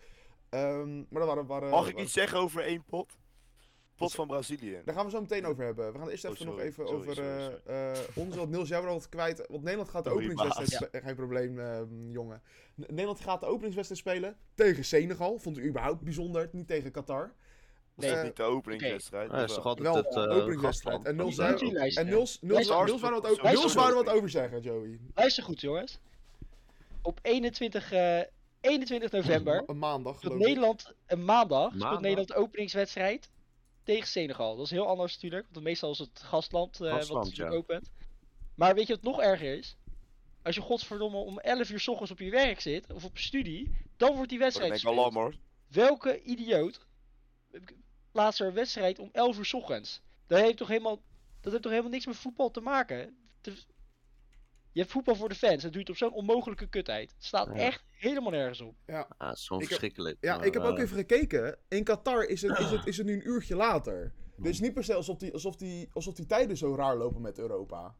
Speaker 1: Ehm, maar daar waren, waren,
Speaker 2: Mag ik
Speaker 1: waren-
Speaker 2: iets zeggen over één pot?
Speaker 1: Dus-
Speaker 2: Pot van Brazilië.
Speaker 1: Daar gaan we zo meteen over hebben. We gaan eerst
Speaker 2: Oh,
Speaker 1: even nog
Speaker 2: sorry,
Speaker 1: even
Speaker 2: sorry,
Speaker 1: over
Speaker 2: sorry,
Speaker 1: eh,
Speaker 2: sorry. Oh,
Speaker 1: eh, ons. Want Niels, jij bent al wat kwijt. Want Nederland gaat de
Speaker 2: Sorry,
Speaker 1: openingswedstrijd
Speaker 4: baas.
Speaker 1: spe- Geen probleem, eh, jongen. N- Nederland gaat de openingswedstrijd spelen tegen Senegal. Vond ik überhaupt bijzonder. Niet tegen Qatar.
Speaker 2: Was
Speaker 4: Nee.
Speaker 2: dat
Speaker 1: eh,
Speaker 2: niet de openingswedstrijd?
Speaker 3: Ja, dat is
Speaker 2: of
Speaker 3: toch
Speaker 2: wel?
Speaker 3: altijd
Speaker 1: Wel,
Speaker 3: het eh,
Speaker 1: openingswedstrijd.
Speaker 3: gastland
Speaker 1: En nul zei-
Speaker 3: van Zuid-
Speaker 1: En Niels, Niels,
Speaker 4: Luister-
Speaker 1: Niels wou er wat over,
Speaker 2: Luister-
Speaker 1: Niels wou er wat over zeggen, Joey.
Speaker 4: Luister goed, jongens. Op 21, eh, 21 november
Speaker 1: Een maandag,
Speaker 4: speelt
Speaker 1: geloof ik.
Speaker 4: Nederland een maandag, speelt
Speaker 3: Maandag.
Speaker 4: Nederland de openingswedstrijd tegen Senegal. Dat is heel anders natuurlijk, want meestal is het gastland, eh, wat
Speaker 3: Gastland,
Speaker 4: natuurlijk
Speaker 3: ja.
Speaker 4: opent. Maar weet je wat nog erger is? Als je godverdomme om 11 uur s ochtends op je werk zit, of op studie, dan wordt die
Speaker 2: Oh, Dan
Speaker 4: wedstrijd
Speaker 2: denk ik al
Speaker 4: gespeeld.
Speaker 2: lam, hoor.
Speaker 4: Welke idioot plaatst er een wedstrijd om 11 uur 's ochtends? Dat heeft toch helemaal, dat heeft toch helemaal niks met voetbal te maken? Te- Je hebt voetbal voor de fans. Het duurt op zo'n onmogelijke kutheid. Het staat
Speaker 3: Ja.
Speaker 4: echt helemaal nergens op.
Speaker 3: Ah, het is gewoon
Speaker 1: Ik heb-
Speaker 3: verschrikkelijk.
Speaker 1: Ja,
Speaker 3: maar,
Speaker 1: ik heb ook
Speaker 3: eh,
Speaker 1: even gekeken. In Qatar is het, is het, is het nu een uurtje later. Dus niet per se alsof die, alsof, die, alsof die tijden zo raar lopen met Europa.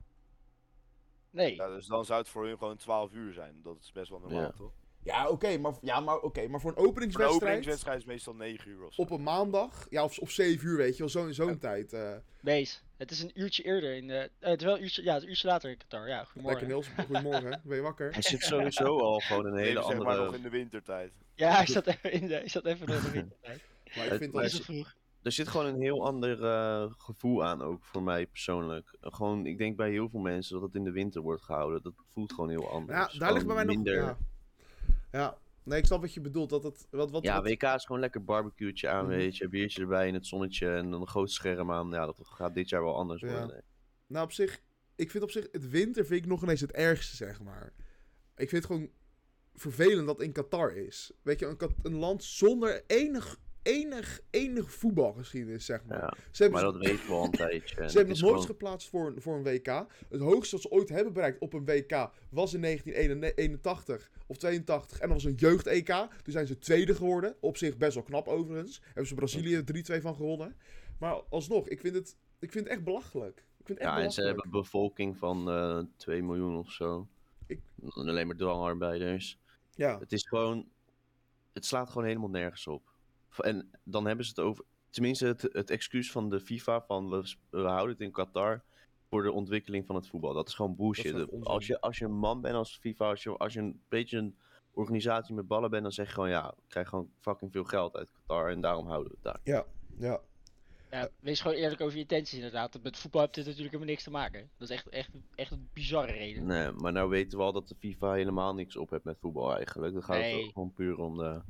Speaker 4: Nee.
Speaker 2: Ja, dus dan zou het voor hun gewoon 12 uur zijn. Dat is best wel normaal,
Speaker 3: Ja.
Speaker 2: toch?
Speaker 1: Ja, oké, maar, ja, maar, oké, maar voor een
Speaker 2: Voor de
Speaker 1: openingswedstrijd...
Speaker 2: openingswedstrijd is meestal 9 uur of zo.
Speaker 1: op een maandag, ja, of op 7 uur, weet je wel, zo'n zo'n tijd. eh.
Speaker 4: Wees. Het is een uurtje eerder in de... eh, het is wel een uurtje, ja, het is een uurtje later in Qatar. Ja,
Speaker 1: lekker
Speaker 4: goedemorgen.
Speaker 1: Niels, goedemorgen, ben je wakker?
Speaker 3: Hij zit sowieso al gewoon in een
Speaker 2: Nee,
Speaker 3: hele
Speaker 1: dus
Speaker 2: zeg maar nog
Speaker 3: andere...
Speaker 2: in de wintertijd.
Speaker 4: Ja, ik zat even in de... Ik zat even nog in de tijd.
Speaker 1: Maar ik vind
Speaker 3: Het-
Speaker 4: Het
Speaker 1: dat...
Speaker 4: is al vroeg.
Speaker 3: Er zit gewoon een heel ander eh, gevoel aan ook, voor mij persoonlijk. Gewoon, ik denk bij heel veel mensen dat het in de winter wordt gehouden. Dat voelt gewoon heel anders.
Speaker 1: Ja, daar ligt bij
Speaker 3: Gewoon
Speaker 1: mij nog...
Speaker 3: minder...
Speaker 1: Ja. ja, nee, ik snap wat je bedoelt, dat het... Wat, wat,
Speaker 3: Ja,
Speaker 1: wat-
Speaker 3: WK is gewoon lekker barbecue'tje aan,
Speaker 1: Mhm.
Speaker 3: weet je. Biertje erbij in het zonnetje en dan een groot scherm aan. Ja, dat gaat dit jaar wel anders
Speaker 1: Ja.
Speaker 3: worden. hè.
Speaker 1: Nou, op zich, ik vind op zich, het winter vind ik nog ineens het ergste, zeg maar. Ik vind het gewoon vervelend dat het in Qatar is. Weet je, een, Kat- een land zonder enig enig, enig voetbalgeschiedenis, zeg maar.
Speaker 3: Ja,
Speaker 1: ze hebben,
Speaker 3: Maar
Speaker 1: ze-
Speaker 3: dat weten we al een tijdje. En
Speaker 1: ze hebben
Speaker 3: dat
Speaker 1: het
Speaker 3: is
Speaker 1: nooit
Speaker 3: gewoon-
Speaker 1: geplaatst voor een, voor een WK. Het hoogste dat ze ooit hebben bereikt op een WK was in 1981 of 82. En dat was een jeugd-EK. Toen zijn ze tweede geworden. Op zich best wel knap overigens. Hebben ze Brazilië 3-2 van gewonnen. Maar alsnog, ik vind het, ik vind het echt belachelijk. Ik vind het echt
Speaker 3: Ja, en ze
Speaker 1: belachelijk.
Speaker 3: hebben een bevolking van eh 2 miljoen of zo.
Speaker 1: Ik-
Speaker 3: Alleen maar dwangarbeiders.
Speaker 1: Ja,
Speaker 3: Het is gewoon. Het slaat gewoon helemaal nergens op. V- En dan hebben ze het over. Tenminste, het, het excuus van de FIFA van we, s- we houden het in Qatar voor de ontwikkeling van het voetbal. Dat is gewoon bullshit.
Speaker 1: Dat is echt onzin.
Speaker 3: als, je, als je een man bent als FIFA, als je, als je een beetje een organisatie met ballen bent, dan zeg je gewoon ja, we krijgen gewoon fucking veel geld uit Qatar en daarom houden we het daar.
Speaker 1: ja, ja.
Speaker 4: Ja, wees gewoon eerlijk over je intenties inderdaad. Met voetbal heeft dit natuurlijk helemaal niks te maken. Dat is echt, echt, echt een bizarre reden.
Speaker 3: Nee, maar nou weten we al dat de FIFA helemaal niks op heeft met voetbal eigenlijk. Dan gaat het
Speaker 4: Nee.
Speaker 3: ook gewoon puur om de...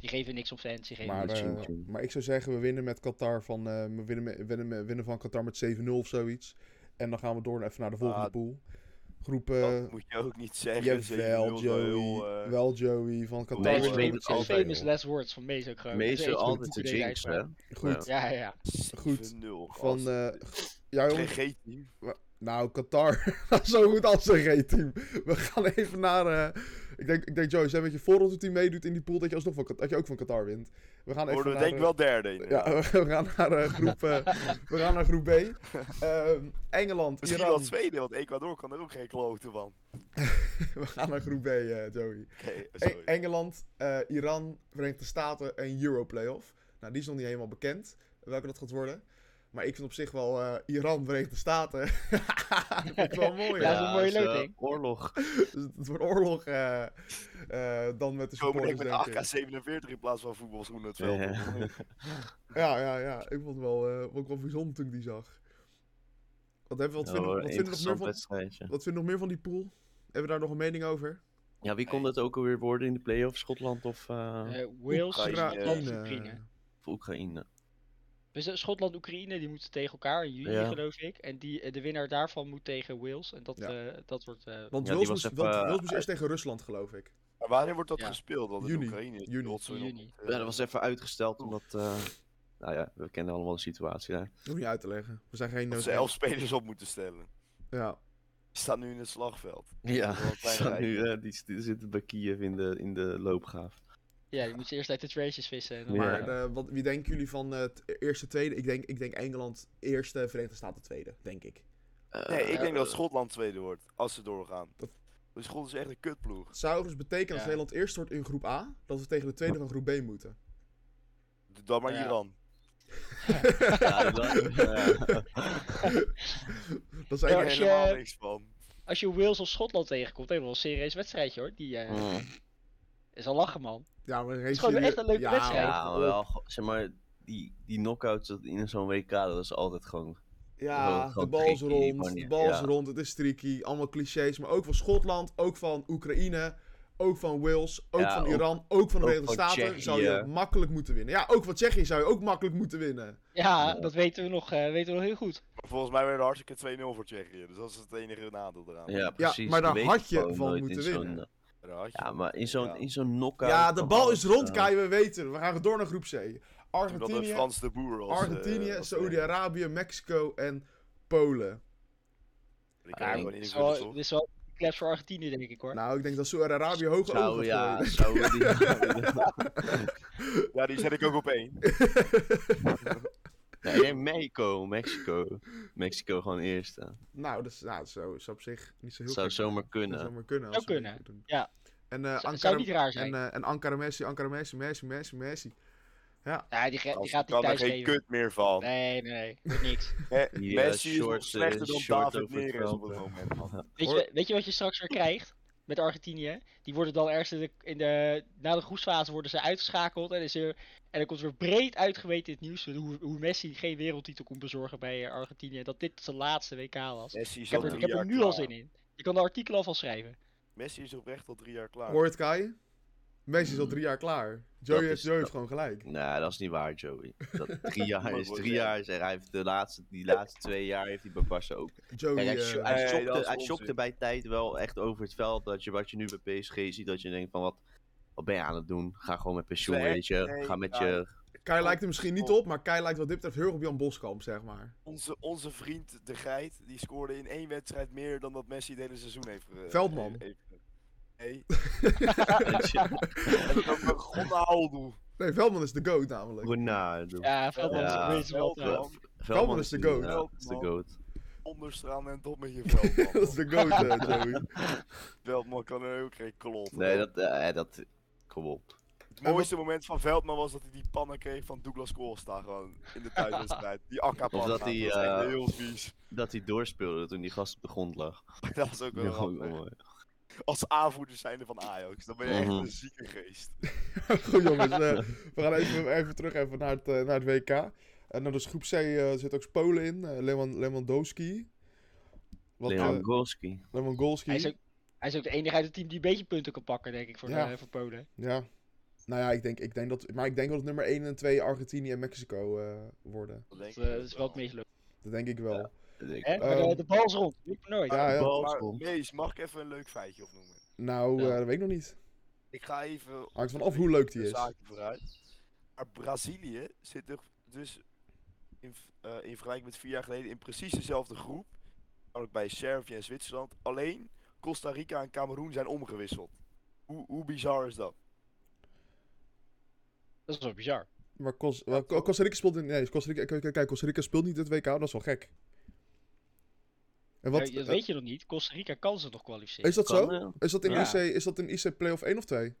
Speaker 4: Die geven niks om fans, die geven
Speaker 1: Maar,
Speaker 3: dat
Speaker 1: eh,
Speaker 3: zien we zien.
Speaker 1: maar ik zou zeggen, we winnen met Qatar van, eh, we winnen, met- winnen, met- winnen van Qatar met 7-0 of zoiets. En dan gaan we door even naar de volgende
Speaker 2: Ah,
Speaker 1: pool. Groep. eh,
Speaker 2: Dat moet je ook niet zeggen. ze
Speaker 1: jawel,
Speaker 2: wil
Speaker 1: Joey.
Speaker 2: heel, eh,
Speaker 1: Wel, Joey van Qatar.
Speaker 3: Mees
Speaker 4: Mees
Speaker 3: weet
Speaker 4: famous,
Speaker 3: het altijd,
Speaker 4: famous
Speaker 3: joh.
Speaker 4: last words van Mees ook gewoon. Dat is
Speaker 3: Meestal
Speaker 4: echt zo'n
Speaker 3: altijd de
Speaker 4: boekenlezer
Speaker 3: jinx, hè?
Speaker 4: uitspraak.
Speaker 1: Goed.
Speaker 4: Ja, ja, ja.
Speaker 1: Goed.
Speaker 2: 7-0, gast.
Speaker 1: Van. eh, ja,
Speaker 2: Geen
Speaker 1: jongens.
Speaker 2: G-team.
Speaker 1: Nou, Qatar. zo goed als een G-team. We gaan even naar. eh, ik, denk, ik denk, Joey, zijn met je voorrolteam meedoet in die pool. Dat je, alsnog van, Qa- dat je ook van Qatar wint. We gaan even.
Speaker 2: Worden we
Speaker 1: naar,
Speaker 2: denk ik
Speaker 1: eh,
Speaker 2: wel derde. inderdaad.
Speaker 1: Ja, we gaan naar eh, groep, eh, we gaan naar groep B. Ehm, Engeland,
Speaker 2: Misschien
Speaker 1: Iran.
Speaker 2: wel tweede, want Ecuador kan er ook geen klote van.
Speaker 1: We gaan naar groep B, eh, Joey.
Speaker 2: Oké,
Speaker 1: E-
Speaker 2: sorry.
Speaker 1: Engeland, eh, Iran, Verenigde Staten en Euro playoff. Nou, die is nog niet helemaal bekend welke dat gaat worden. Maar ik vind op zich wel eh, Iran, Verenigde Staten. dat vind ik wel mooi.
Speaker 4: Ja,
Speaker 1: hè?
Speaker 4: dat is een mooie
Speaker 3: is, eh,
Speaker 4: loting.
Speaker 3: Oorlog.
Speaker 1: Dus het wordt oorlog eh, eh, dan met de
Speaker 2: Komen
Speaker 1: supporters,
Speaker 2: denk met
Speaker 1: denk ik.
Speaker 2: AK-47 in plaats van voetbalschoenen het veld.
Speaker 3: Ja.
Speaker 2: op, of niet?
Speaker 1: Ja, ja, ja. Ik vond het wel, eh, vond ik wel bijzonder toen ik die zag. Wat, hebben,
Speaker 3: Nou,
Speaker 1: we- wat, vinden, we- wat, vinden we nog meer
Speaker 3: Oh, interessant
Speaker 1: van,
Speaker 3: wedstrijdje.
Speaker 1: wat vinden we nog meer van die pool? Hebben we daar nog een mening over?
Speaker 3: Ja, wie kon dat ook alweer worden in de play-off? Schotland of, eh,
Speaker 4: Eh, Wales,
Speaker 2: Oekraïne.
Speaker 4: Schotland, Oekraïne.
Speaker 3: of Oekraïne?
Speaker 4: Dus eh, Schotland, Oekraïne, die moeten tegen elkaar in juni
Speaker 3: Ja.
Speaker 4: geloof ik. En die, eh, de winnaar daarvan moet tegen Wales. En dat,
Speaker 1: Ja.
Speaker 4: eh, dat wordt... eh,
Speaker 1: Want
Speaker 3: Ja, die
Speaker 1: Wales
Speaker 3: was
Speaker 1: moest,
Speaker 3: even,
Speaker 1: want
Speaker 3: eh,
Speaker 1: Wales moest eerst tegen Rusland, geloof ik.
Speaker 2: Maar wanneer wordt dat
Speaker 4: Ja.
Speaker 2: gespeeld? Want in
Speaker 1: Juni.
Speaker 2: Oekraïne is het
Speaker 1: Juni.
Speaker 2: rotzooi
Speaker 4: Juni.
Speaker 2: nog, eh,
Speaker 3: Ja, dat was even uitgesteld omdat... eh, nou ja, we kennen allemaal de situatie daar.
Speaker 1: Hoef niet uit te leggen. We zijn geen... eh,
Speaker 2: dat ze elf spelers op moeten stellen.
Speaker 1: Ja.
Speaker 2: Die staan nu in het slagveld.
Speaker 3: Ja,
Speaker 2: Wel een klein
Speaker 3: staan
Speaker 2: rijtje.
Speaker 3: nu, eh, die, die zitten bij Kiev in de, in de loopgraaf.
Speaker 4: Ja, je moet ze eerst uit de traces vissen. En dan
Speaker 3: Ja.
Speaker 1: Maar eh, wat, wie denken jullie van eh, het eerste, tweede? Ik denk, ik denk Engeland eerste, Verenigde Staten tweede, denk ik.
Speaker 3: Eh,
Speaker 2: Nee, ik denk
Speaker 4: ja,
Speaker 2: dat
Speaker 3: eh, Schotland
Speaker 2: Schotland tweede wordt, als ze doorgaan.
Speaker 1: Dat-
Speaker 2: Dus Schotland is echt een kutploeg.
Speaker 1: Het zou overigens betekenen als
Speaker 4: Ja.
Speaker 1: Nederland eerst wordt in groep A, dat we tegen de tweede van groep B moeten.
Speaker 2: Doe Dan maar
Speaker 4: Ja.
Speaker 2: Iran.
Speaker 3: Ja, dat- ja.
Speaker 1: Dat
Speaker 2: Ik
Speaker 1: zijn
Speaker 4: Ja,
Speaker 2: heb
Speaker 4: als je-
Speaker 2: helemaal niks van.
Speaker 4: Als je Wales of Schotland tegenkomt, dan wel een serieus wedstrijdje hoor. Die eh,
Speaker 3: Mm.
Speaker 4: is al lachen man.
Speaker 1: ja, maar
Speaker 4: is gewoon echt een leuke wedstrijd.
Speaker 3: Ja, maar wel, go- zeg maar, die, die knockouts dat in zo'n WK, dat is altijd gewoon... Gewoon-
Speaker 1: Ja, de
Speaker 3: gewoon
Speaker 1: bal is
Speaker 3: tricky,
Speaker 1: rond, de
Speaker 3: manier,
Speaker 1: bal is
Speaker 3: ja.
Speaker 1: rond, het is tricky, allemaal clichés. Maar ook van Schotland, ook van Oekraïne, ook van Wales, ook
Speaker 3: Ja,
Speaker 1: van
Speaker 3: ook-
Speaker 1: Iran, ook van de
Speaker 3: ook
Speaker 1: Verenigde
Speaker 3: van
Speaker 1: Staten zou je
Speaker 3: Tsjechië.
Speaker 1: makkelijk moeten winnen. Ja, ook van Tsjechië zou je ook makkelijk moeten winnen.
Speaker 4: Ja,
Speaker 3: Ja.
Speaker 4: dat weten we, nog, eh, weten we nog heel goed.
Speaker 2: Maar volgens mij werd er hartstikke 2-0 voor Tsjechië. Dus dat is het enige nadeel eraan.
Speaker 3: Ja, precies.
Speaker 1: maar daar
Speaker 3: weet
Speaker 1: had je
Speaker 3: gewoon
Speaker 1: van
Speaker 3: nooit in
Speaker 1: moeten
Speaker 3: zo'n,
Speaker 1: winnen.
Speaker 3: eh,
Speaker 2: Daar had je
Speaker 3: Ja,
Speaker 2: hem.
Speaker 3: maar in zo'n
Speaker 2: Ja.
Speaker 3: in zo'n knockout...
Speaker 1: Ja, de
Speaker 3: kan
Speaker 1: bal
Speaker 3: alles,
Speaker 1: is rond,
Speaker 3: eh,
Speaker 1: Kai, we weten het. We gaan door naar groep C.
Speaker 2: Toen dat het
Speaker 1: Argentinië,
Speaker 2: Frans de Boer was. eh,
Speaker 1: Argentinië,
Speaker 2: was trainer.
Speaker 1: Saudi-Arabië, Mexico en Polen.
Speaker 2: Die kan je
Speaker 3: Ah,
Speaker 2: gewoon
Speaker 4: Dit is
Speaker 2: invullen,
Speaker 4: wel,
Speaker 2: toch?
Speaker 4: dit is wel een claps voor Argentinië, denk ik hoor.
Speaker 1: Nou, ik denk dat Saudi-Arabië hoog
Speaker 3: Zou
Speaker 1: over gaat
Speaker 3: ja,
Speaker 1: gooien.
Speaker 3: zou die.
Speaker 2: Ja, die zet ik ook op één.
Speaker 3: nee, ik denk Mexico, Mexico. Mexico gewoon eerste.
Speaker 1: Nou, dat is, nou, dat zou, zou op zich niet zo heel
Speaker 3: Dat zou
Speaker 1: gek zijn.
Speaker 3: zomaar
Speaker 1: Dat zou
Speaker 3: kunnen.
Speaker 1: maar kunnen.
Speaker 4: Zou
Speaker 1: als we het
Speaker 4: kunnen,
Speaker 1: goed doen.
Speaker 4: ja.
Speaker 1: En, eh
Speaker 4: Z-
Speaker 1: Ankara,
Speaker 4: zou niet raar zijn.
Speaker 1: en, eh, en Ankara Messi, Ankara Messi, Messi, Messi, Messi.
Speaker 4: ja, die, ge- die
Speaker 2: Als-
Speaker 4: gaat die
Speaker 2: kan er
Speaker 4: thuis
Speaker 2: geen
Speaker 4: geven.
Speaker 2: kut meer van.
Speaker 4: Nee, nee, nee, wordt niks.
Speaker 2: Hè,
Speaker 3: Die, eh,
Speaker 2: Messi is nog
Speaker 3: short, eh,
Speaker 2: slechter dan
Speaker 3: short
Speaker 2: David
Speaker 3: over het
Speaker 2: Neres op
Speaker 3: veld,
Speaker 2: het
Speaker 3: eh.
Speaker 2: moment. man.
Speaker 4: Weet
Speaker 1: Hoor-
Speaker 4: je, weet je wat je straks weer krijgt met Argentinië? Die worden dan ergens in de, in de, na de groepsfase worden ze uitgeschakeld. En, is er, en er komt weer breed uitgemeten in het nieuws hoe, hoe Messi geen wereldtitel kon bezorgen bij eh, Argentinië. En Dat dit zijn laatste WK was.
Speaker 2: Messi
Speaker 4: Ik
Speaker 2: is al
Speaker 4: heb, er,
Speaker 2: drie
Speaker 4: ik heb er
Speaker 2: jaar
Speaker 4: nu al
Speaker 2: klaar.
Speaker 4: zin in. Je kan de artikelen alvast schrijven.
Speaker 2: Messi is oprecht al drie jaar klaar.
Speaker 1: Hoor je het, Kai? Messi is al
Speaker 3: Ah. Mm.
Speaker 1: drie jaar klaar. Joey,
Speaker 3: Dat
Speaker 1: heeft,
Speaker 3: is-
Speaker 1: Joey
Speaker 3: dat-
Speaker 1: heeft gewoon gelijk.
Speaker 3: Nee, Nou, dat is niet waar, Joey. Dat drie jaar
Speaker 2: Maar
Speaker 3: is
Speaker 2: goed,
Speaker 3: drie
Speaker 2: hè.
Speaker 3: jaar. Is, er. hij heeft de laatste, die laatste twee jaar heeft hij bij Barca ook.
Speaker 1: Joey,
Speaker 3: Kijk, hij,
Speaker 1: eh,
Speaker 3: sho-
Speaker 2: nee,
Speaker 3: hij,
Speaker 2: dat
Speaker 3: shopte,
Speaker 2: is
Speaker 3: hij
Speaker 2: onzin.
Speaker 3: shopte bij tijd wel echt over het veld. Dat je, wat je nu bij PSG ziet, dat je denkt van wat, wat ben je aan het doen? Ga gewoon met pensioen,
Speaker 2: Nee,
Speaker 3: weet je.
Speaker 2: nee,
Speaker 3: Ga met
Speaker 2: Kai.
Speaker 3: je...
Speaker 1: Kai lijkt er misschien niet op, maar Kai lijkt wat dit betreft heel erg op Jan Boskamp, zeg maar.
Speaker 2: Onze, onze vriend De Geit, die scoorde in één wedstrijd meer dan dat Messi het hele seizoen heeft... eh,
Speaker 1: Veldman.
Speaker 2: heeft- Nee. En ook Ronaldo.
Speaker 1: Nee, Velman is de goat namelijk.
Speaker 3: Ronaldo.
Speaker 4: Ja, Veldman is
Speaker 3: Ja,
Speaker 4: een beetje
Speaker 1: eh,
Speaker 4: wel trouwens.
Speaker 2: Veldman.
Speaker 1: Veldman is de goat.
Speaker 3: Ja, dat eh, is de goat.
Speaker 2: Onderstraan en tot met je
Speaker 1: Dat is
Speaker 2: Veldman.
Speaker 1: de goat, eh, Joey.
Speaker 2: Veldman kan er ook geen klot.
Speaker 3: Nee, dat... eh, dat... Kom op.
Speaker 2: Het mooiste moment van Veldman was dat hij die pannen kreeg van Douglas Costa gewoon in de thuiswedstrijd. Die akka
Speaker 3: Of
Speaker 2: pannen
Speaker 3: dat hij,
Speaker 2: was echt
Speaker 3: eh,
Speaker 2: heel vies.
Speaker 3: Dat hij doorspeelde toen die gast op de grond lag.
Speaker 2: Dat was ook wel
Speaker 3: Ja,
Speaker 2: grappig.
Speaker 3: mooi.
Speaker 2: Als aanvoerder zijnde van Ajax, dan ben je echt
Speaker 3: Mhm.
Speaker 2: een zieke geest.
Speaker 1: Goed jongens, eh, we gaan even, even terug even naar, het, eh, naar het WK. En nou, dus groep C eh, zit ook Polen in, eh, Lewan- Lewandowski. Wat, eh,
Speaker 3: Lewandowski.
Speaker 1: Lewandowski.
Speaker 4: Hij is, ook, hij is ook de enige uit het team die een beetje punten kan pakken, denk ik, voor,
Speaker 1: Ja.
Speaker 4: eh, voor Polen.
Speaker 1: Ja. Nou ja, ik denk, ik denk dat, maar ik denk dat het nummer 1 en 2 Argentinië en Mexico eh, worden.
Speaker 2: Dat
Speaker 4: Dat
Speaker 2: denk ik
Speaker 4: eh, is wel het
Speaker 2: wel.
Speaker 4: meest leuk.
Speaker 1: Dat denk ik wel.
Speaker 3: Ja. Ik-
Speaker 4: Hè? Maar de,
Speaker 1: Ehm,
Speaker 4: de bal is rond, weet maar nooit.
Speaker 1: Ja, ja.
Speaker 3: Bal
Speaker 2: Maar
Speaker 3: komt.
Speaker 2: Mees, mag ik even een leuk feitje opnoemen?
Speaker 1: Nou,
Speaker 4: Ja.
Speaker 1: eh, dat weet ik nog niet.
Speaker 2: Ik ga even
Speaker 1: Hangt vanaf hoe leuk die
Speaker 2: een
Speaker 1: is.
Speaker 2: zaakje vooruit. Maar Brazilië zit er dus in, v- eh, in vergelijking met vier jaar geleden in precies dezelfde groep. Namelijk bij Servië en Zwitserland. Alleen Costa Rica en Cameroen zijn omgewisseld. Hoe, hoe bizar is dat?
Speaker 4: Dat is wel bizar.
Speaker 1: Maar Cos- wel, Co- Costa Rica speelt in, nee, Costa Rica, kijk, kijk, Costa Rica speelt niet het WK, dat is wel gek. En wat,
Speaker 4: Eh, dat
Speaker 1: eh,
Speaker 4: weet je nog niet. Costa Rica kan ze nog kwalificeren.
Speaker 1: is dat
Speaker 3: Kan,
Speaker 1: zo?
Speaker 3: eh,
Speaker 1: Is dat in
Speaker 4: Ja.
Speaker 1: IC, is dat in IC play-off 1 of 2?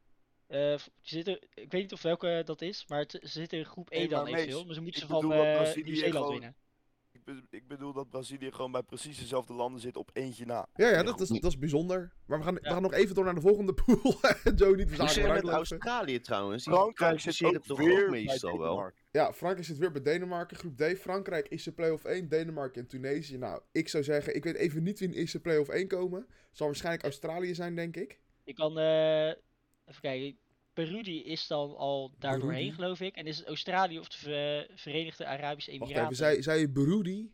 Speaker 4: Eh, v- ze zitten, ik weet niet of welke dat is, maar het- ze zitten in groep
Speaker 2: Nee,
Speaker 4: 1 dan
Speaker 2: maar Mees,
Speaker 4: eventueel. Maar ze moeten
Speaker 2: ik
Speaker 4: ze van
Speaker 2: bedoel dat
Speaker 4: eh,
Speaker 2: Brazilië
Speaker 4: Nieuw-Zeeland
Speaker 2: gewoon-
Speaker 4: winnen.
Speaker 2: Ik, be- ik bedoel dat Brazilië gewoon bij precies dezelfde landen zit op eentje na.
Speaker 1: Ja, ja
Speaker 2: Nee,
Speaker 1: dat,
Speaker 2: goed.
Speaker 1: is, dat is bijzonder. Maar we gaan, we
Speaker 4: Ja.
Speaker 1: gaan nog even door naar de volgende pool. Joe, niet
Speaker 3: Hoe
Speaker 1: verzaken,
Speaker 3: zit het
Speaker 1: maar
Speaker 3: met
Speaker 1: uitlopen.
Speaker 3: Australië trouwens? Die
Speaker 2: Frankrijk zit
Speaker 3: kwalificeren
Speaker 2: ook
Speaker 3: toch
Speaker 2: weer
Speaker 3: ook
Speaker 2: bij
Speaker 3: meestal wel.
Speaker 2: Denemarken.
Speaker 1: Ja, Frankrijk zit weer bij Denemarken, groep D. Frankrijk is de play-off 1, Denemarken en Tunesië. Nou, ik zou zeggen, ik weet even niet wie in is de play-off 1 komen. Zal waarschijnlijk Australië zijn, denk ik.
Speaker 4: Ik kan, eh, even kijken. Peru die is dan al daar
Speaker 1: Peru
Speaker 4: doorheen,
Speaker 1: die?
Speaker 4: geloof ik. En is het Australië of de Ver- Verenigde Arabische
Speaker 1: Wacht
Speaker 4: Emiraten?
Speaker 1: even, zei, zei je Burundi?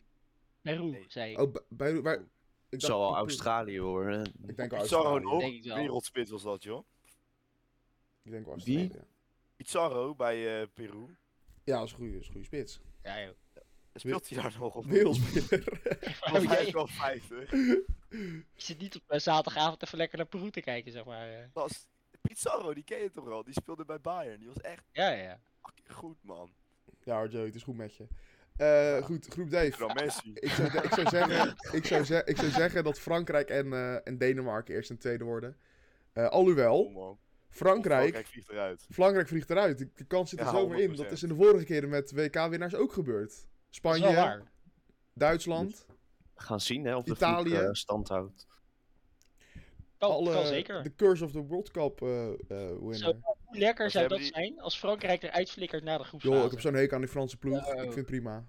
Speaker 4: Peru,
Speaker 2: Nee.
Speaker 4: zei ik.
Speaker 1: Oh, bij- bij, waar, ik dacht-
Speaker 3: Zal wel Australië hoor. hè.
Speaker 1: Ik denk wel
Speaker 2: Pizarro
Speaker 1: Australië.
Speaker 2: nog.
Speaker 4: Denk ik wel.
Speaker 2: Wereldspit was dat, joh.
Speaker 1: Ik denk wel
Speaker 3: Wie?
Speaker 1: Australië.
Speaker 2: Pizarro bij eh, Peru.
Speaker 1: Ja, dat is een goede, is een goede spits.
Speaker 4: Ja, joh.
Speaker 2: Speelt hij daar nog op?
Speaker 1: Wereldspeler.
Speaker 2: Want hij
Speaker 4: Jij-
Speaker 2: is wel 50.
Speaker 4: Ik zit niet op eh, zaterdagavond even lekker naar Peru te kijken, zeg maar. eh.
Speaker 2: Dat is- Pizarro, die ken je toch wel? Die speelde bij Bayern. Die was echt
Speaker 4: Ja, ja, ja.
Speaker 2: fucking goed, man.
Speaker 1: ja hoor, Joe, het is goed met je. Eh, goed, groep D.
Speaker 2: En dan Messi.
Speaker 1: Ik zou, ik, zou zeggen, ik, zou ze- ik zou zeggen dat Frankrijk en, eh, en Denemarken eerst en tweede worden. Eh,
Speaker 2: Oh,
Speaker 1: alhoewel,
Speaker 2: man.
Speaker 1: Frankrijk,
Speaker 2: vliegt eruit.
Speaker 1: Frankrijk vliegt eruit. De, de kans zit er
Speaker 2: Ja,
Speaker 1: zomaar in. Dat
Speaker 2: 100%.
Speaker 1: is in de vorige keren met WK-winnaars ook gebeurd.
Speaker 4: Dat is wel
Speaker 1: Spanje,
Speaker 4: waar.
Speaker 1: Duitsland.
Speaker 3: We gaan zien hè, of de
Speaker 1: Italië.
Speaker 3: Italië uh, stand houdt.
Speaker 4: Kan,
Speaker 1: alle-
Speaker 4: kan zeker.
Speaker 1: De Curse of the World Cup eh, eh,
Speaker 4: Zo,
Speaker 1: winner.
Speaker 4: hoe lekker
Speaker 2: Ze
Speaker 4: zou dat
Speaker 2: hebben die-
Speaker 4: zijn als Frankrijk eruit flikkert na de groepsfase?
Speaker 1: Joh, ik heb zo'n hekel aan die Franse ploeg.
Speaker 4: Ja, eh.
Speaker 1: ik vind
Speaker 4: ook.
Speaker 1: het prima.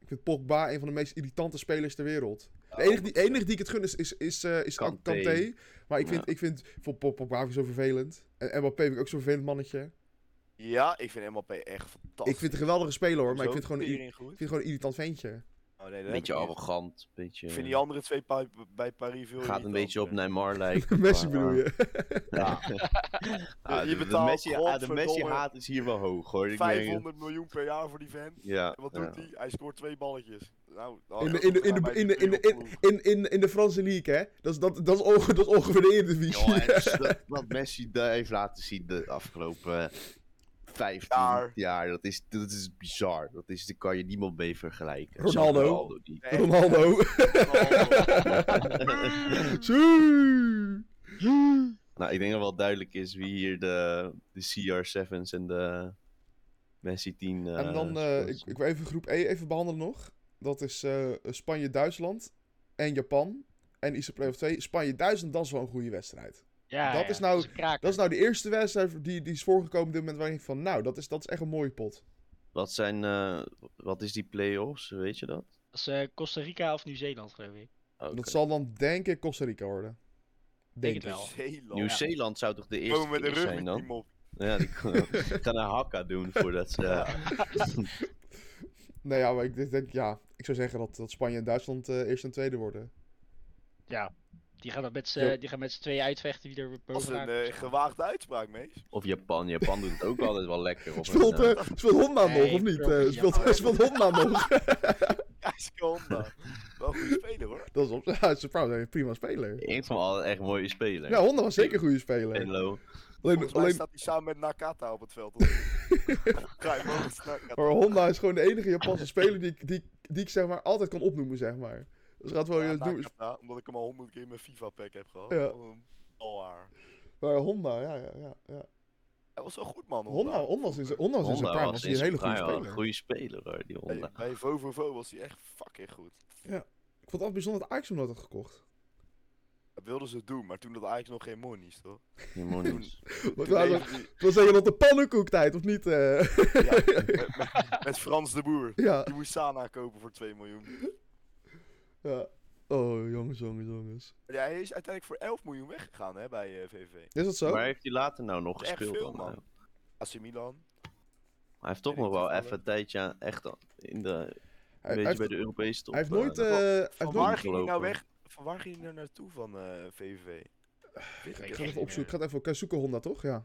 Speaker 1: Ik vind Pogba een van de meest irritante spelers ter wereld. De enige die, enige die ik het gun is, is, is, eh, is
Speaker 3: Kanté.
Speaker 1: Kanté. Maar ik vind,
Speaker 3: Ja.
Speaker 1: ik vind voor Pog- Pogba vind ik zo vervelend. En Mbappé vind ik ook zo'n vervelend mannetje.
Speaker 2: Ja, ik vind MLP echt fantastisch.
Speaker 1: Ik vind het een geweldige speler hoor, maar ik
Speaker 2: Zo
Speaker 1: vind het gewoon een, ir-
Speaker 2: tering goed.
Speaker 1: ik vind het gewoon een irritant ventje.
Speaker 2: Oh, nee, dat heb
Speaker 3: Beetje
Speaker 2: ik niet.
Speaker 3: arrogant. Beetje, eh,
Speaker 2: Ik vind die andere eh. twee pa- bij Paris veel
Speaker 3: gaat een beetje op
Speaker 2: irritanter.
Speaker 3: Neymar lijken.
Speaker 1: Messi
Speaker 3: maar,
Speaker 1: bedoel
Speaker 3: eh,
Speaker 1: je?
Speaker 3: Ja. Ah,
Speaker 2: Je
Speaker 3: de- de
Speaker 2: betaalt
Speaker 3: Messi- ah, de
Speaker 2: godverdomme
Speaker 3: Messi-haat is hier wel hoog hoor. Ik meen
Speaker 2: 500 miljoen per jaar voor die vent.
Speaker 3: het. Ja,
Speaker 2: En wat
Speaker 3: ja.
Speaker 2: doet hij? Hij scoort twee balletjes. Nou, nou,
Speaker 1: In de-
Speaker 2: dat
Speaker 1: in de-
Speaker 2: is
Speaker 1: in de-
Speaker 2: bij
Speaker 1: in de-
Speaker 2: mij
Speaker 1: in de-
Speaker 2: een ploeg.
Speaker 1: In, in, in de Franse league, hè? Dat is, dat, dat is, onge, dat is ongeveer de Eredivisie.
Speaker 3: Joh, en dus dat- wat Messi daar heeft laten zien de afgelopen eh, 15
Speaker 2: Jaar.
Speaker 3: jaar, dat, is, dat is bizar. Dat, is, daar kan je niemand mee vergelijken.
Speaker 1: Ronaldo.
Speaker 3: Zelfs niet.
Speaker 2: Nee,
Speaker 1: Ronaldo. Tjoe!
Speaker 3: Nou, ik denk dat wel duidelijk is wie hier de, de CR7's en de Messi 10. eh,
Speaker 1: en dan, eh,
Speaker 3: spelers
Speaker 1: ik,
Speaker 3: zijn.
Speaker 1: ik wil even groep E even behandelen nog. Dat is eh, Spanje-Duitsland en Japan. En IC Playoff 2. Spanje-Duitsland, dat is wel een goede wedstrijd.
Speaker 4: Ja,
Speaker 1: dat
Speaker 4: ja,
Speaker 1: is nou-
Speaker 4: een kraker.
Speaker 1: Dat is nou de eerste wedstrijd die, die is voorgekomen op dit moment waarin ik van... Nou, dat is, dat is echt een mooie pot.
Speaker 3: Wat zijn, eh, wat is die play-offs, weet je dat?
Speaker 4: Dat is, eh, Costa Rica of Nieuw-Zeeland, geloof ik.
Speaker 3: Oké.
Speaker 1: Dat zal dan denk ik Costa Rica worden.
Speaker 4: Denk het
Speaker 1: ik.
Speaker 4: wel.
Speaker 1: oh,
Speaker 2: Zeeland.
Speaker 3: Nieuw-Zeeland zou toch de eerste
Speaker 2: Komen we de
Speaker 3: keer zijn dan?
Speaker 2: rugbyteam op.
Speaker 3: Ja, die gaan een hakka doen voordat ze...
Speaker 1: Nou ja, maar ik denk, ja, ik zou zeggen dat, dat Spanje en Duitsland eh eerst en tweede worden.
Speaker 4: Ja. Die gaan dat met
Speaker 1: Ja.
Speaker 4: z'n die gaan met z'n tweeën uitvechten wie er
Speaker 2: Dat is een
Speaker 4: bovenaan
Speaker 2: eh, gewaagde uitspraak, mees.
Speaker 3: Of Japan. Japan doet het ook altijd wel lekker. Of
Speaker 1: Speelt,
Speaker 3: een, eh,
Speaker 1: eh, speelt Honda
Speaker 4: Nee,
Speaker 1: nog, of niet?
Speaker 4: Japan.
Speaker 1: Eh, speelt, speelt Honda nog?
Speaker 2: Keiske Honda. Wel een goede speler hoor.
Speaker 1: Dat is op ja, is trouwens een prima speler.
Speaker 3: Ik vond hem altijd echt een mooie speler.
Speaker 1: Ja, Honda was zeker een goede speler.
Speaker 3: Venlo.
Speaker 1: Alleen,
Speaker 2: Volgens mij
Speaker 1: alleen
Speaker 2: staat hij samen met Nakata op het veld. hoor. Ga je wel eens Nakata.
Speaker 1: maar Honda is gewoon de enige Japanse speler die, ik- die, die ik zeg maar altijd kan opnoemen, zeg maar. Dus gaat wel...
Speaker 2: Ja,
Speaker 1: eh, doen-
Speaker 2: Nakata, omdat ik hem al honderd keer in mijn FIFA-pack heb gehad.
Speaker 1: Ja.
Speaker 2: Al haar.
Speaker 1: maar Honda, ja, ja, ja. ja.
Speaker 2: Hij was wel goed man, Honda.
Speaker 1: Honda, Honda was in zijn Honda was in zijn prime,
Speaker 3: Honda
Speaker 1: was
Speaker 3: was
Speaker 1: hij een hele goede
Speaker 3: prime wel
Speaker 1: speler.
Speaker 3: Een goede speler hoor, die
Speaker 2: Hey,
Speaker 3: Honda.
Speaker 2: bij VoVoVo was hij echt fucking goed.
Speaker 1: Ik vond het altijd bijzonder dat Ajax hem dat had gekocht.
Speaker 2: Dat wilden ze doen, maar toen had Ajax nog geen monies, toch?
Speaker 3: Die Monies.
Speaker 1: Want
Speaker 2: Toen
Speaker 1: ja,
Speaker 2: deden
Speaker 1: dat
Speaker 2: ze-
Speaker 1: was zeker nog de pannenkoektijd, of niet? eh?
Speaker 2: ja, met- met- met Frans de Boer.
Speaker 1: ja,
Speaker 2: Die moest Sana kopen voor 2 miljoen.
Speaker 1: ja. Oh, jongens, jongens, jongens.
Speaker 2: Ja, hij is uiteindelijk voor 11 miljoen weggegaan hè, bij eh, VVV.
Speaker 1: Is dat zo?
Speaker 3: Waar heeft hij later nou nog
Speaker 2: Echt
Speaker 3: gespeeld
Speaker 2: veel,
Speaker 3: dan?
Speaker 2: man.
Speaker 3: eh?
Speaker 2: AC Milan.
Speaker 3: Hij heeft toch
Speaker 2: Weet
Speaker 3: nog
Speaker 2: ik
Speaker 3: wel
Speaker 2: niet,
Speaker 3: even een tijdje aan- echt al in de, een
Speaker 1: Hij, hij
Speaker 3: beetje
Speaker 1: heeft,
Speaker 3: bij de Europese top.
Speaker 1: hij heeft
Speaker 3: eh,
Speaker 1: nooit... eh,
Speaker 3: nog wel-
Speaker 1: hij
Speaker 2: Van
Speaker 1: heeft
Speaker 2: waar
Speaker 1: nooit...
Speaker 2: ging hij nou
Speaker 3: gelopen.
Speaker 2: weg? Van waar ging hij nou naartoe van eh, VVV? Weet
Speaker 1: Ik
Speaker 2: ik
Speaker 4: Ik
Speaker 1: ga het
Speaker 2: echt
Speaker 1: even
Speaker 4: Geen
Speaker 1: opzoeken. Ik ga het even ik ga zoeken Honda, toch? Ja.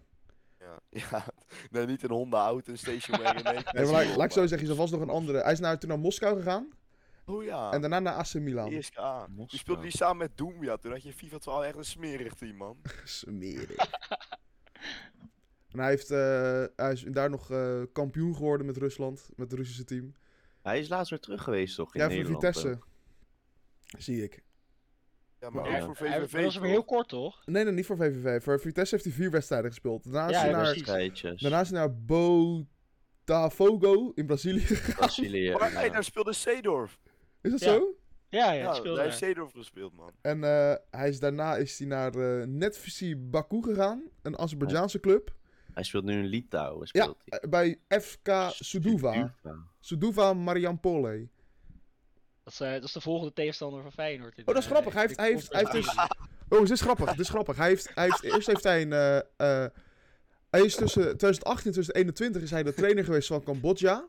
Speaker 2: Ja, ja. nee, niet een Honda Out, een station wagon. Nee,
Speaker 1: Nee, maar laat, laat ik zo zeggen, er was nog een andere. Hij is naar, toen naar Moskou gegaan
Speaker 2: Oh ja,
Speaker 1: en daarna naar AC Milan.
Speaker 2: eerste A.
Speaker 3: Moskou.
Speaker 2: Die speelde die samen met Doom, ja. Toen had je in FIFA 12 echt een smerig team, man.
Speaker 1: Smerig. En hij, heeft, eh, hij is daar nog eh, kampioen geworden met Rusland, met het Russische team.
Speaker 3: Hij is laatst weer terug geweest toch in
Speaker 1: ja, voor
Speaker 3: Nederland? eh,
Speaker 1: Vitesse. Zie ik.
Speaker 2: Ja, maar
Speaker 3: Ja.
Speaker 2: ook voor
Speaker 4: Hij-
Speaker 2: VVV.
Speaker 4: Dat was maar
Speaker 2: toch?
Speaker 4: heel kort toch?
Speaker 1: Nee, nee, niet voor VVV. Voor Vitesse heeft hij vier wedstrijden gespeeld. Daarna is
Speaker 4: Ja,
Speaker 1: hij
Speaker 4: ja,
Speaker 1: naar,
Speaker 4: precies.
Speaker 3: Strijdjes.
Speaker 1: daarna is hij naar Botafogo in Brazilië.
Speaker 3: Brazilië.
Speaker 2: Maar
Speaker 3: ja.
Speaker 2: hey, daar speelde Seedorf.
Speaker 1: Is dat
Speaker 4: Ja.
Speaker 1: zo?
Speaker 4: Ja, ja,
Speaker 2: Ja,
Speaker 4: het speelde
Speaker 2: Nou, daar heeft
Speaker 4: daar.
Speaker 2: Seedorf gespeeld, man.
Speaker 1: En eh, hij is, daarna is hij naar eh Netfisi Baku gegaan, een Azerbeidzjaanse club.
Speaker 3: Hij speelt nu in Litouwen.
Speaker 1: Ja,
Speaker 3: Speelt hij.
Speaker 1: eh, bij FK Suduva.
Speaker 3: Suduva.
Speaker 1: Suduva Mariampole.
Speaker 4: Dat is, eh, dat is de volgende tegenstander van Feyenoord. Eh,
Speaker 1: Oh, dat is grappig. Hij heeft, hij heeft, hij heeft dus... Oh, dit is grappig. Dit is grappig. Hij heeft, hij heeft, eerst heeft hij een... eh, eh, hij is tussen 2018 en 2021 is hij de trainer geweest van Cambodja.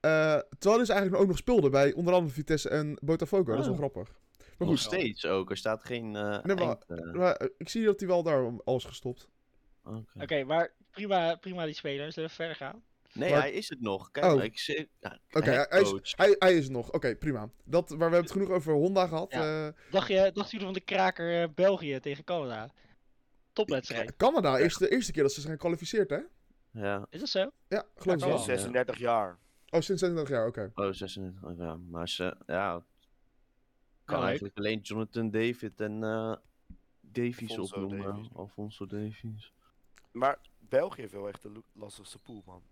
Speaker 1: Eh, terwijl hij dus eigenlijk ook nog speelde bij onder andere Vitesse en Botafogo. Dat is wel
Speaker 3: Oh.
Speaker 1: grappig. Maar
Speaker 3: Nog
Speaker 1: goed,
Speaker 3: steeds ook. Er staat geen. eh
Speaker 1: Nee, maar-
Speaker 3: eind, eh,
Speaker 1: maar, eh, ik zie dat hij wel daar al is gestopt.
Speaker 3: oké.
Speaker 4: Oké, maar prima, prima die spelers. Zullen we verder gaan?
Speaker 3: Nee,
Speaker 1: maar-
Speaker 3: hij is het nog. Kijk,
Speaker 1: Oh.
Speaker 3: ik zie. Ja,
Speaker 1: Oké, hij- hij, is,
Speaker 3: headcoach.
Speaker 1: hij, hij is er nog. Oké, prima. Dat, maar we hebben het genoeg over Honda gehad. Eh,
Speaker 4: Dacht je, dacht jullie van de kraker eh, België tegen Canada? Topwedstrijd.
Speaker 1: Canada is de eerste keer dat ze zijn gekwalificeerd, hè?
Speaker 3: Ja.
Speaker 4: Is dat zo?
Speaker 1: Ja, geloof ik
Speaker 4: Ja,
Speaker 1: wel.
Speaker 4: kan
Speaker 1: Oh,
Speaker 2: 36 jaar.
Speaker 1: sinds 36 jaar, oké.
Speaker 3: Oh, 36. oh, Ja, maar ze. Ja. Kan
Speaker 4: leuk.
Speaker 3: eigenlijk alleen Jonathan David en. eh Davies
Speaker 2: Alfonso
Speaker 3: opnoemen.
Speaker 2: Davies.
Speaker 3: Alfonso Davies.
Speaker 2: Maar België heeft wel echt de lo- lastigste pool, man.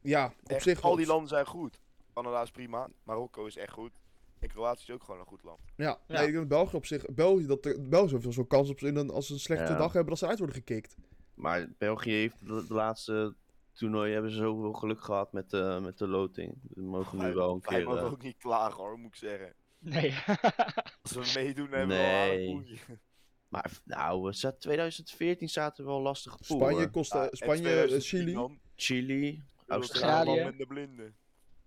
Speaker 1: Ja, op
Speaker 2: Echt,
Speaker 1: zich
Speaker 2: al
Speaker 1: wel.
Speaker 2: die landen zijn goed. Canada is prima, Marokko is echt goed. En Kroatië is ook gewoon een goed land.
Speaker 1: Ja,
Speaker 4: Ja.
Speaker 1: Nee, ik denk dat België op zich. België, dat de, België heeft wel zo'n kans op ze in een, als ze een slechte
Speaker 3: Ja.
Speaker 1: dag hebben dat ze uit worden gekikt.
Speaker 3: Maar België heeft de, de laatste toernooi hebben ze zoveel geluk gehad met, eh, met de loting. We mogen nu
Speaker 2: Wij-
Speaker 3: wel een
Speaker 2: Wij
Speaker 3: keer.
Speaker 2: mogen
Speaker 3: eh,
Speaker 2: ook niet klagen hoor, moet ik zeggen.
Speaker 4: Nee.
Speaker 2: Als we meedoen hebben we wel
Speaker 3: Nee.
Speaker 2: aardig boeltje.
Speaker 3: maar nou, we zaten- 2014 zaten we wel lastig pool.
Speaker 1: Spanje,
Speaker 3: hoor.
Speaker 1: Costa,
Speaker 2: Ja, en
Speaker 1: Spanje eh,
Speaker 2: 2010
Speaker 1: Chili.
Speaker 2: dan,
Speaker 3: Chili,
Speaker 2: Australië.
Speaker 3: Australië.
Speaker 4: Australië.
Speaker 2: en de blinden.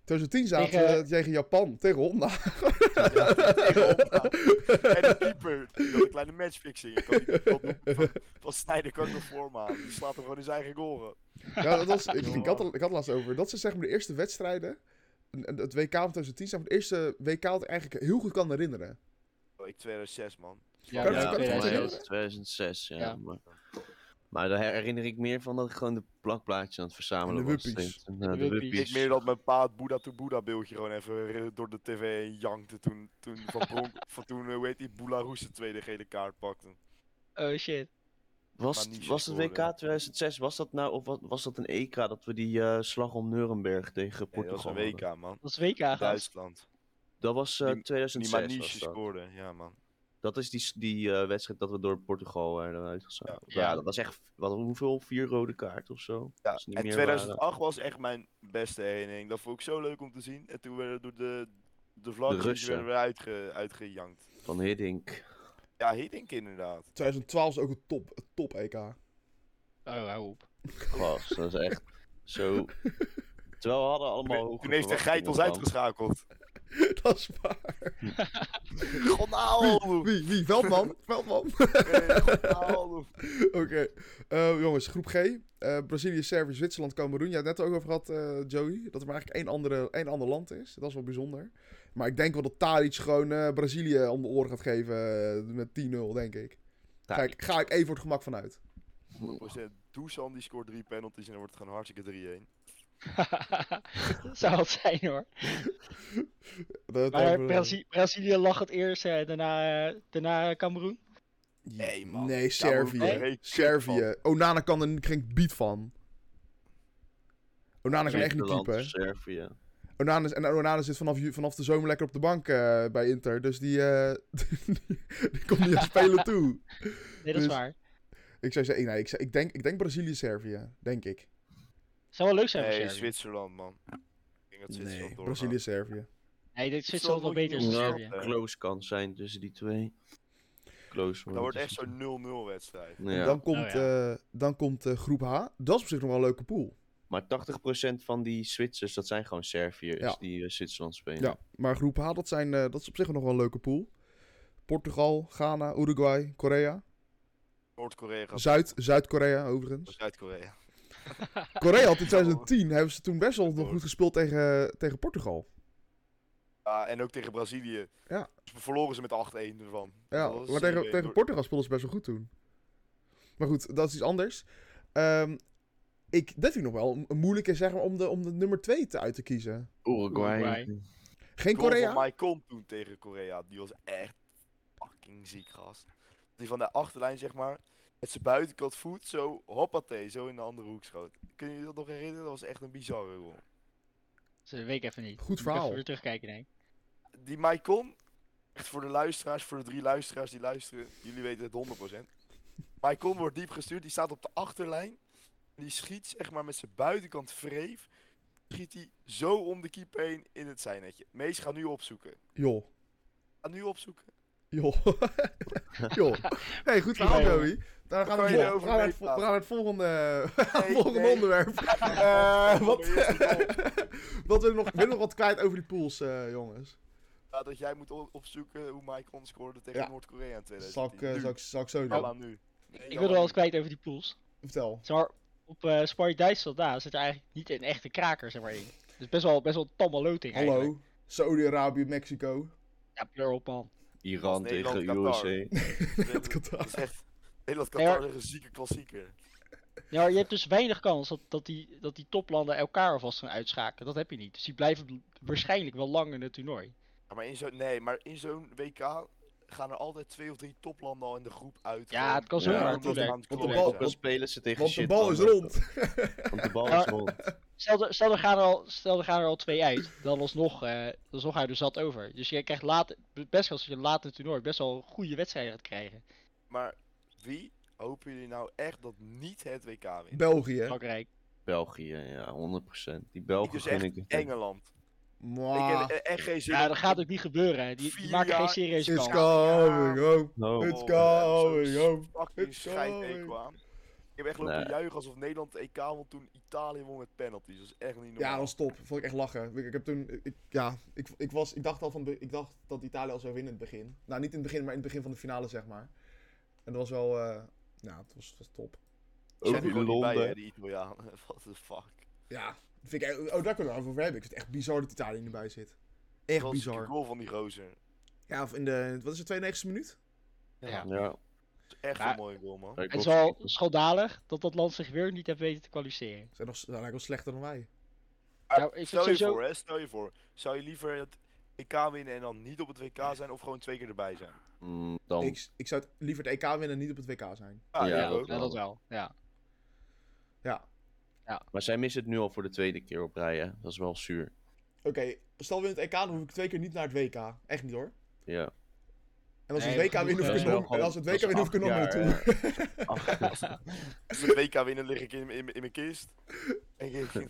Speaker 1: 2010 zaten we
Speaker 4: Tegen-
Speaker 1: tegen... Japan, tegen Honda.
Speaker 2: Tegen Honda. en de keeper. Die had een kleine matchfixing. Ik kan die van, van, van Snijder kan ik nog voormaken. Die slaat hem gewoon in zijn eigen goren.
Speaker 1: ja, dat was, ik, ik, had, er- ik had er laatst over. Dat zijn zeg maar de eerste wedstrijden. en- en Het WK van 2010 zijn van de eerste WK dat ik eigenlijk heel goed kan herinneren.
Speaker 2: Oh, ik 2006 man.
Speaker 4: Ja,
Speaker 1: Kan
Speaker 4: ja,
Speaker 1: het- kan het
Speaker 3: volgens mij
Speaker 1: herinneren?
Speaker 3: was het 2006, ja.
Speaker 4: Ja.
Speaker 3: Maar, maar daar herinner ik meer van dat ik gewoon de plakplaatjes aan het verzamelen
Speaker 1: En de
Speaker 3: was.
Speaker 1: wuppies.
Speaker 3: steeds. En, eh,
Speaker 4: De
Speaker 3: de
Speaker 4: wuppies.
Speaker 3: wuppies.
Speaker 2: Ik meer dat mijn pa het Boeddha to Boeddha beeldje gewoon even eh, door de tv jankte toen, toen van Bronk, van toen, eh, hoe heet die, Boularoes de tweede gele kaart pakte.
Speaker 4: Oh shit.
Speaker 3: was,
Speaker 2: maar
Speaker 3: het-
Speaker 2: niet
Speaker 3: was het WK
Speaker 2: scoren.
Speaker 3: 2006, was dat nou, of wat, was dat een EK dat we die eh, slag om Nuremberg tegen
Speaker 2: Nee, dat was
Speaker 3: Portugal
Speaker 2: een
Speaker 3: hadden?
Speaker 2: WK man.
Speaker 4: Dat is WK gast.
Speaker 2: Duitsland.
Speaker 3: Dat was
Speaker 2: Die-
Speaker 3: eh,
Speaker 2: die Die
Speaker 3: 2006 was
Speaker 2: Maniche
Speaker 3: dat.
Speaker 2: scoorde, ja man.
Speaker 3: Dat is die, s- die eh, wedstrijd dat we door Portugal werden uitgeschakeld.
Speaker 4: Ja.
Speaker 3: Ja. dat was echt, wat, hoeveel? Vier rode kaart of zo?
Speaker 2: Ja,
Speaker 3: Dat
Speaker 4: Dus
Speaker 3: is niet
Speaker 2: en
Speaker 3: meer
Speaker 2: 2008 was echt mijn beste herinnering. Dat vond ik zo leuk om te zien. En toen werden door de, de vlaggen die
Speaker 3: Russen.
Speaker 2: werden weer uitge, uitgejankt.
Speaker 3: Van Hiddink.
Speaker 2: Ja, Hiddink inderdaad.
Speaker 1: 2012 is ook een top, een top E EK.
Speaker 4: Oh, hou op.
Speaker 3: Gast, dat is echt zo... Terwijl we hadden allemaal
Speaker 2: Toen heeft de geit ons
Speaker 3: uitgeschakeld.
Speaker 2: uitgeschakeld.
Speaker 1: dat is waar.
Speaker 2: Ronaldo!
Speaker 1: Wie, wie? Veldman? Veldman?
Speaker 2: Eh, Ronaldo!
Speaker 1: Oké, Eh, jongens, groep G. Eh, Brazilië, Servië, Zwitserland, Cameroen. Je had het net ook over gehad, eh, Joey. Dat er maar eigenlijk één, andere, één ander land is. Dat is wel bijzonder. Maar ik denk wel dat Tadic gewoon eh, Brazilië om de oren gaat geven eh, met 10-0, denk ik. Ga ik. Ga ik even voor het gemak vanuit.
Speaker 2: 100%. Dusan die scoort drie penalties en dan wordt het gewoon hartstikke 3-1.
Speaker 4: Dat zou het zijn hoor.
Speaker 1: Dat-
Speaker 4: Maar
Speaker 1: dat-
Speaker 4: Brazi- Brazilië lag het eerst, eh, daarna, eh, daarna Cameroen.
Speaker 2: Nee, man.
Speaker 1: Nee,
Speaker 4: Nee?
Speaker 1: Servië.
Speaker 2: Nee,
Speaker 1: Servië. Onana kan er geen beat van. Onana kan echt niet
Speaker 3: Zwitserland,
Speaker 1: typen. hè.
Speaker 3: Servië.
Speaker 1: Onana, is- en Onana zit vanaf, ju- vanaf de zomer lekker op de bank eh, bij Inter. Dus die, eh, die komt niet aan spelen toe.
Speaker 4: Nee, dat is
Speaker 1: Dus-
Speaker 4: waar.
Speaker 1: Ik zou zeggen, nee, ik, zou- ik denk, ik denk Brazilië-Servië. Denk ik.
Speaker 4: Zou wel leuk zijn voor
Speaker 2: Nee,
Speaker 4: Servië.
Speaker 2: Zwitserland, man. Ik denk dat Zwitserland
Speaker 1: Nee,
Speaker 2: doorgaat.
Speaker 1: Brazilië-Servië.
Speaker 4: Nee, dit Zwitserland wel
Speaker 2: moet je
Speaker 4: beter is dan
Speaker 2: niet
Speaker 3: Nou,
Speaker 4: Servië.
Speaker 2: zeggen.
Speaker 3: close kan zijn tussen die twee. Close.
Speaker 2: Dat wordt echt zo'n 0-0 wedstrijd.
Speaker 3: Ja.
Speaker 1: Dan komt,
Speaker 4: Nou
Speaker 1: eh, dan komt eh, groep H. Dat is op zich nog wel een leuke pool.
Speaker 3: Maar 80% van die Zwitsers, dat zijn gewoon Serviërs
Speaker 1: Ja.
Speaker 3: die eh, Zwitserland spelen.
Speaker 1: Ja, maar groep H, dat, zijn, eh, dat is op zich nog wel een leuke pool. Portugal, Ghana, Uruguay, Korea.
Speaker 2: Noord-Korea gaat
Speaker 1: Zuid- Zuid-Korea overigens.
Speaker 2: voor Zuid-Korea.
Speaker 1: Korea had in 2010 hebben ze toen best wel nog goed gespeeld tegen, tegen Portugal.
Speaker 2: Ja, en ook tegen Brazilië.
Speaker 1: Ja.
Speaker 2: Dus we verloren ze met 8-1 ervan.
Speaker 1: Ja,
Speaker 2: Dat was
Speaker 1: maar tegen,
Speaker 2: zeker
Speaker 1: tegen
Speaker 2: door-
Speaker 1: Portugal speelden ze best wel goed toen. Maar goed, dat is iets anders. Ehm, ik, dat vind ik nog wel een- een moeilijke zeg maar, om, de, om de nummer 2 te uit te kiezen.
Speaker 3: Uruguay.
Speaker 4: Uruguay.
Speaker 1: Geen
Speaker 2: goal
Speaker 1: Korea?
Speaker 2: van Maicon toen tegen Korea. Die was echt fucking ziek, gast. Die van de achterlijn, zeg maar, met zijn buitenkant voet zo, hoppatee, zo in de andere hoek schoot. Kun je je dat nog herinneren? Dat was echt een bizarre goal.
Speaker 4: Dat weet ik even niet.
Speaker 1: Goed
Speaker 4: Moet ik
Speaker 1: verhaal.
Speaker 4: Even weer terugkijken, denk ik.
Speaker 2: Die Maicon, echt voor de luisteraars, voor de drie luisteraars die luisteren, jullie weten het 100%. Maicon wordt diep gestuurd, die staat op de achterlijn. Die schiet, zeg maar, met zijn buitenkant vreef. Schiet hij zo om de keeper heen in het zijnetje. Mees, ga nu opzoeken.
Speaker 1: Joh,
Speaker 2: Ga nu opzoeken.
Speaker 1: joh. joh. Hey, goed verhaal,
Speaker 4: Ja, joh.
Speaker 1: Joey. Dan gaan we,
Speaker 2: kan je
Speaker 1: vol-
Speaker 2: erover
Speaker 1: gaan we, het, vol-
Speaker 2: meepraten.
Speaker 1: gaan we het volgende,
Speaker 2: Nee,
Speaker 1: volgende
Speaker 2: nee.
Speaker 1: onderwerp. Eh,
Speaker 2: Kom,
Speaker 1: wat,
Speaker 2: eerst de goal.
Speaker 1: wat willen we nog, willen we nog wat kwijt over die pools, eh, jongens?
Speaker 2: Oh. Ja, dat jij moet o- opzoeken hoe Maicon scoorde tegen
Speaker 1: Ja.
Speaker 2: Noord-Korea in
Speaker 1: Zal ik,
Speaker 2: 2010.
Speaker 1: eh,
Speaker 2: Nu.
Speaker 1: zal ik, zal ik zo
Speaker 2: Jalla
Speaker 1: doen?
Speaker 2: nu. Nee,
Speaker 4: Ik
Speaker 2: jalla
Speaker 4: wil wel
Speaker 2: nu.
Speaker 4: eens kwijt over die pools.
Speaker 1: Vertel.
Speaker 4: Zeg maar, op eh Spanje Duitsland daar zit er eigenlijk niet een echte kraker zeg maar, in. Dus best wel, best wel een tamme loting eigenlijk.
Speaker 1: Hallo, Saudi-Arabië, Mexico.
Speaker 4: Ja, pleur op man.
Speaker 3: Iran
Speaker 2: Als Nederland,
Speaker 3: tegen
Speaker 2: Qatar.
Speaker 3: USA.
Speaker 1: Dat kan
Speaker 2: Dat is echt... Nederland
Speaker 4: Nee, maar-
Speaker 2: Qatar is een zieke klassieker.
Speaker 4: Ja, maar je hebt dus weinig kans dat, dat, die, dat die toplanden elkaar alvast gaan uitschakelen. Dat heb je niet. Dus die blijven bl- waarschijnlijk wel lang in het toernooi.
Speaker 2: Ja, Ah, maar in zo'n nee, maar in zo'n WK gaan er altijd twee of drie toplanden al in de groep uit.
Speaker 4: Ja, het kan
Speaker 3: Ja,
Speaker 4: zomaar.
Speaker 3: maar
Speaker 2: want dat
Speaker 4: natuurlijk.
Speaker 2: gaan het
Speaker 1: Want de
Speaker 2: kloppen
Speaker 1: bal-
Speaker 3: Dan
Speaker 2: zijn.
Speaker 3: spelen ze tegen
Speaker 1: Want de
Speaker 3: shit
Speaker 1: bal is
Speaker 3: landen.
Speaker 1: rond.
Speaker 3: Want de bal
Speaker 4: Ja.
Speaker 3: is rond.
Speaker 4: Stel, er- stel, er gaan er al, stel er gaan er al twee uit, dan alsnog, eh alsnog hou je er zat over. Dus je krijgt laat, best wel als je laat in het toernooi best wel goede wedstrijden gaat krijgen.
Speaker 2: Maar wie hopen jullie nou echt dat niet het WK wint?
Speaker 1: België.
Speaker 4: Frankrijk.
Speaker 3: België, ja, 100%. Die
Speaker 2: Ik
Speaker 3: Belgen
Speaker 2: dus
Speaker 3: gun
Speaker 2: echt
Speaker 3: ik het.
Speaker 2: Engeland. Ik heb
Speaker 1: Mwah.
Speaker 2: er echt geen zin
Speaker 4: Ah. Ja,
Speaker 2: in.
Speaker 4: dat gaat ook niet gebeuren. Die, die
Speaker 2: Vier
Speaker 4: maken geen
Speaker 2: jaar
Speaker 4: serieuze
Speaker 1: It's
Speaker 4: kans.
Speaker 1: coming home.
Speaker 3: No.
Speaker 1: It's
Speaker 2: Oh,
Speaker 1: coming
Speaker 2: zo'n
Speaker 1: home.
Speaker 2: fucking
Speaker 1: It's
Speaker 2: schijt
Speaker 1: going.
Speaker 2: kwam. Ik heb echt lopen
Speaker 3: Nee.
Speaker 2: juichen alsof Nederland het EK won toen Italië won met penalties. Dat is echt niet normaal.
Speaker 1: Ja, dat stop. Vond ik echt lachen. Ik, ik heb toen, ik, ja, ik, ik, was, ik dacht al van, be- ik dacht dat Italië al zou winnen in het begin. Nou, niet in het begin, maar in het begin van de finale, zeg maar. En dat was wel, eh nou, het was, het was top.
Speaker 2: Die zijn
Speaker 3: Ook in
Speaker 2: er gewoon niet bij, hè,
Speaker 3: Londen.
Speaker 2: die Italianen. What the fuck.
Speaker 1: Ja, vind ik, echt- oh, daar kunnen we het over hebben. Ik vind het echt bizar dat Italië niet bij zit. Echt
Speaker 2: Klassieke
Speaker 1: bizar.
Speaker 2: goal van die gozer.
Speaker 1: Ja, of in de, wat is het, 92e minuut?
Speaker 4: Ja.
Speaker 3: Ja,
Speaker 2: Dat is echt
Speaker 4: Maar-
Speaker 2: een mooie goal, man.
Speaker 3: dat
Speaker 4: Het is
Speaker 3: klopt.
Speaker 4: wel schandalig dat dat land zich weer niet heeft weten te kwalificeren.
Speaker 1: Zijn nog, zijn eigenlijk wel slechter dan wij.
Speaker 4: Nou, ik vind
Speaker 2: Ah, Stel je
Speaker 4: sowieso-
Speaker 2: voor, hè, stel je voor. Zou je liever het EK winnen en dan niet op het WK zijn of gewoon twee keer erbij zijn?
Speaker 3: Mm,
Speaker 2: Oh.
Speaker 3: dan
Speaker 1: Ik, ik zou het liever het EK winnen en niet op het WK zijn.
Speaker 2: Ah,
Speaker 3: Ja,
Speaker 2: ik
Speaker 3: dat
Speaker 2: ook.
Speaker 3: wel.
Speaker 4: dat wel. Ja.
Speaker 1: Ja.
Speaker 3: Maar zij missen het nu al voor de tweede keer op rij, hè? Dat is wel zuur.
Speaker 1: Oké, stel we in het EK, dan hoef ik twee keer niet naar het WK. Echt niet hoor.
Speaker 3: Ja.
Speaker 1: En als
Speaker 4: Nee,
Speaker 1: het WK
Speaker 4: genoeg,
Speaker 1: winnen, hoef
Speaker 4: eh,
Speaker 1: ik er nog- en als het WK winnen, hoef ik er nog naartoe.
Speaker 3: naartoe.
Speaker 2: Als we het WK winnen, lig ik in, in, in mijn kist. En ik-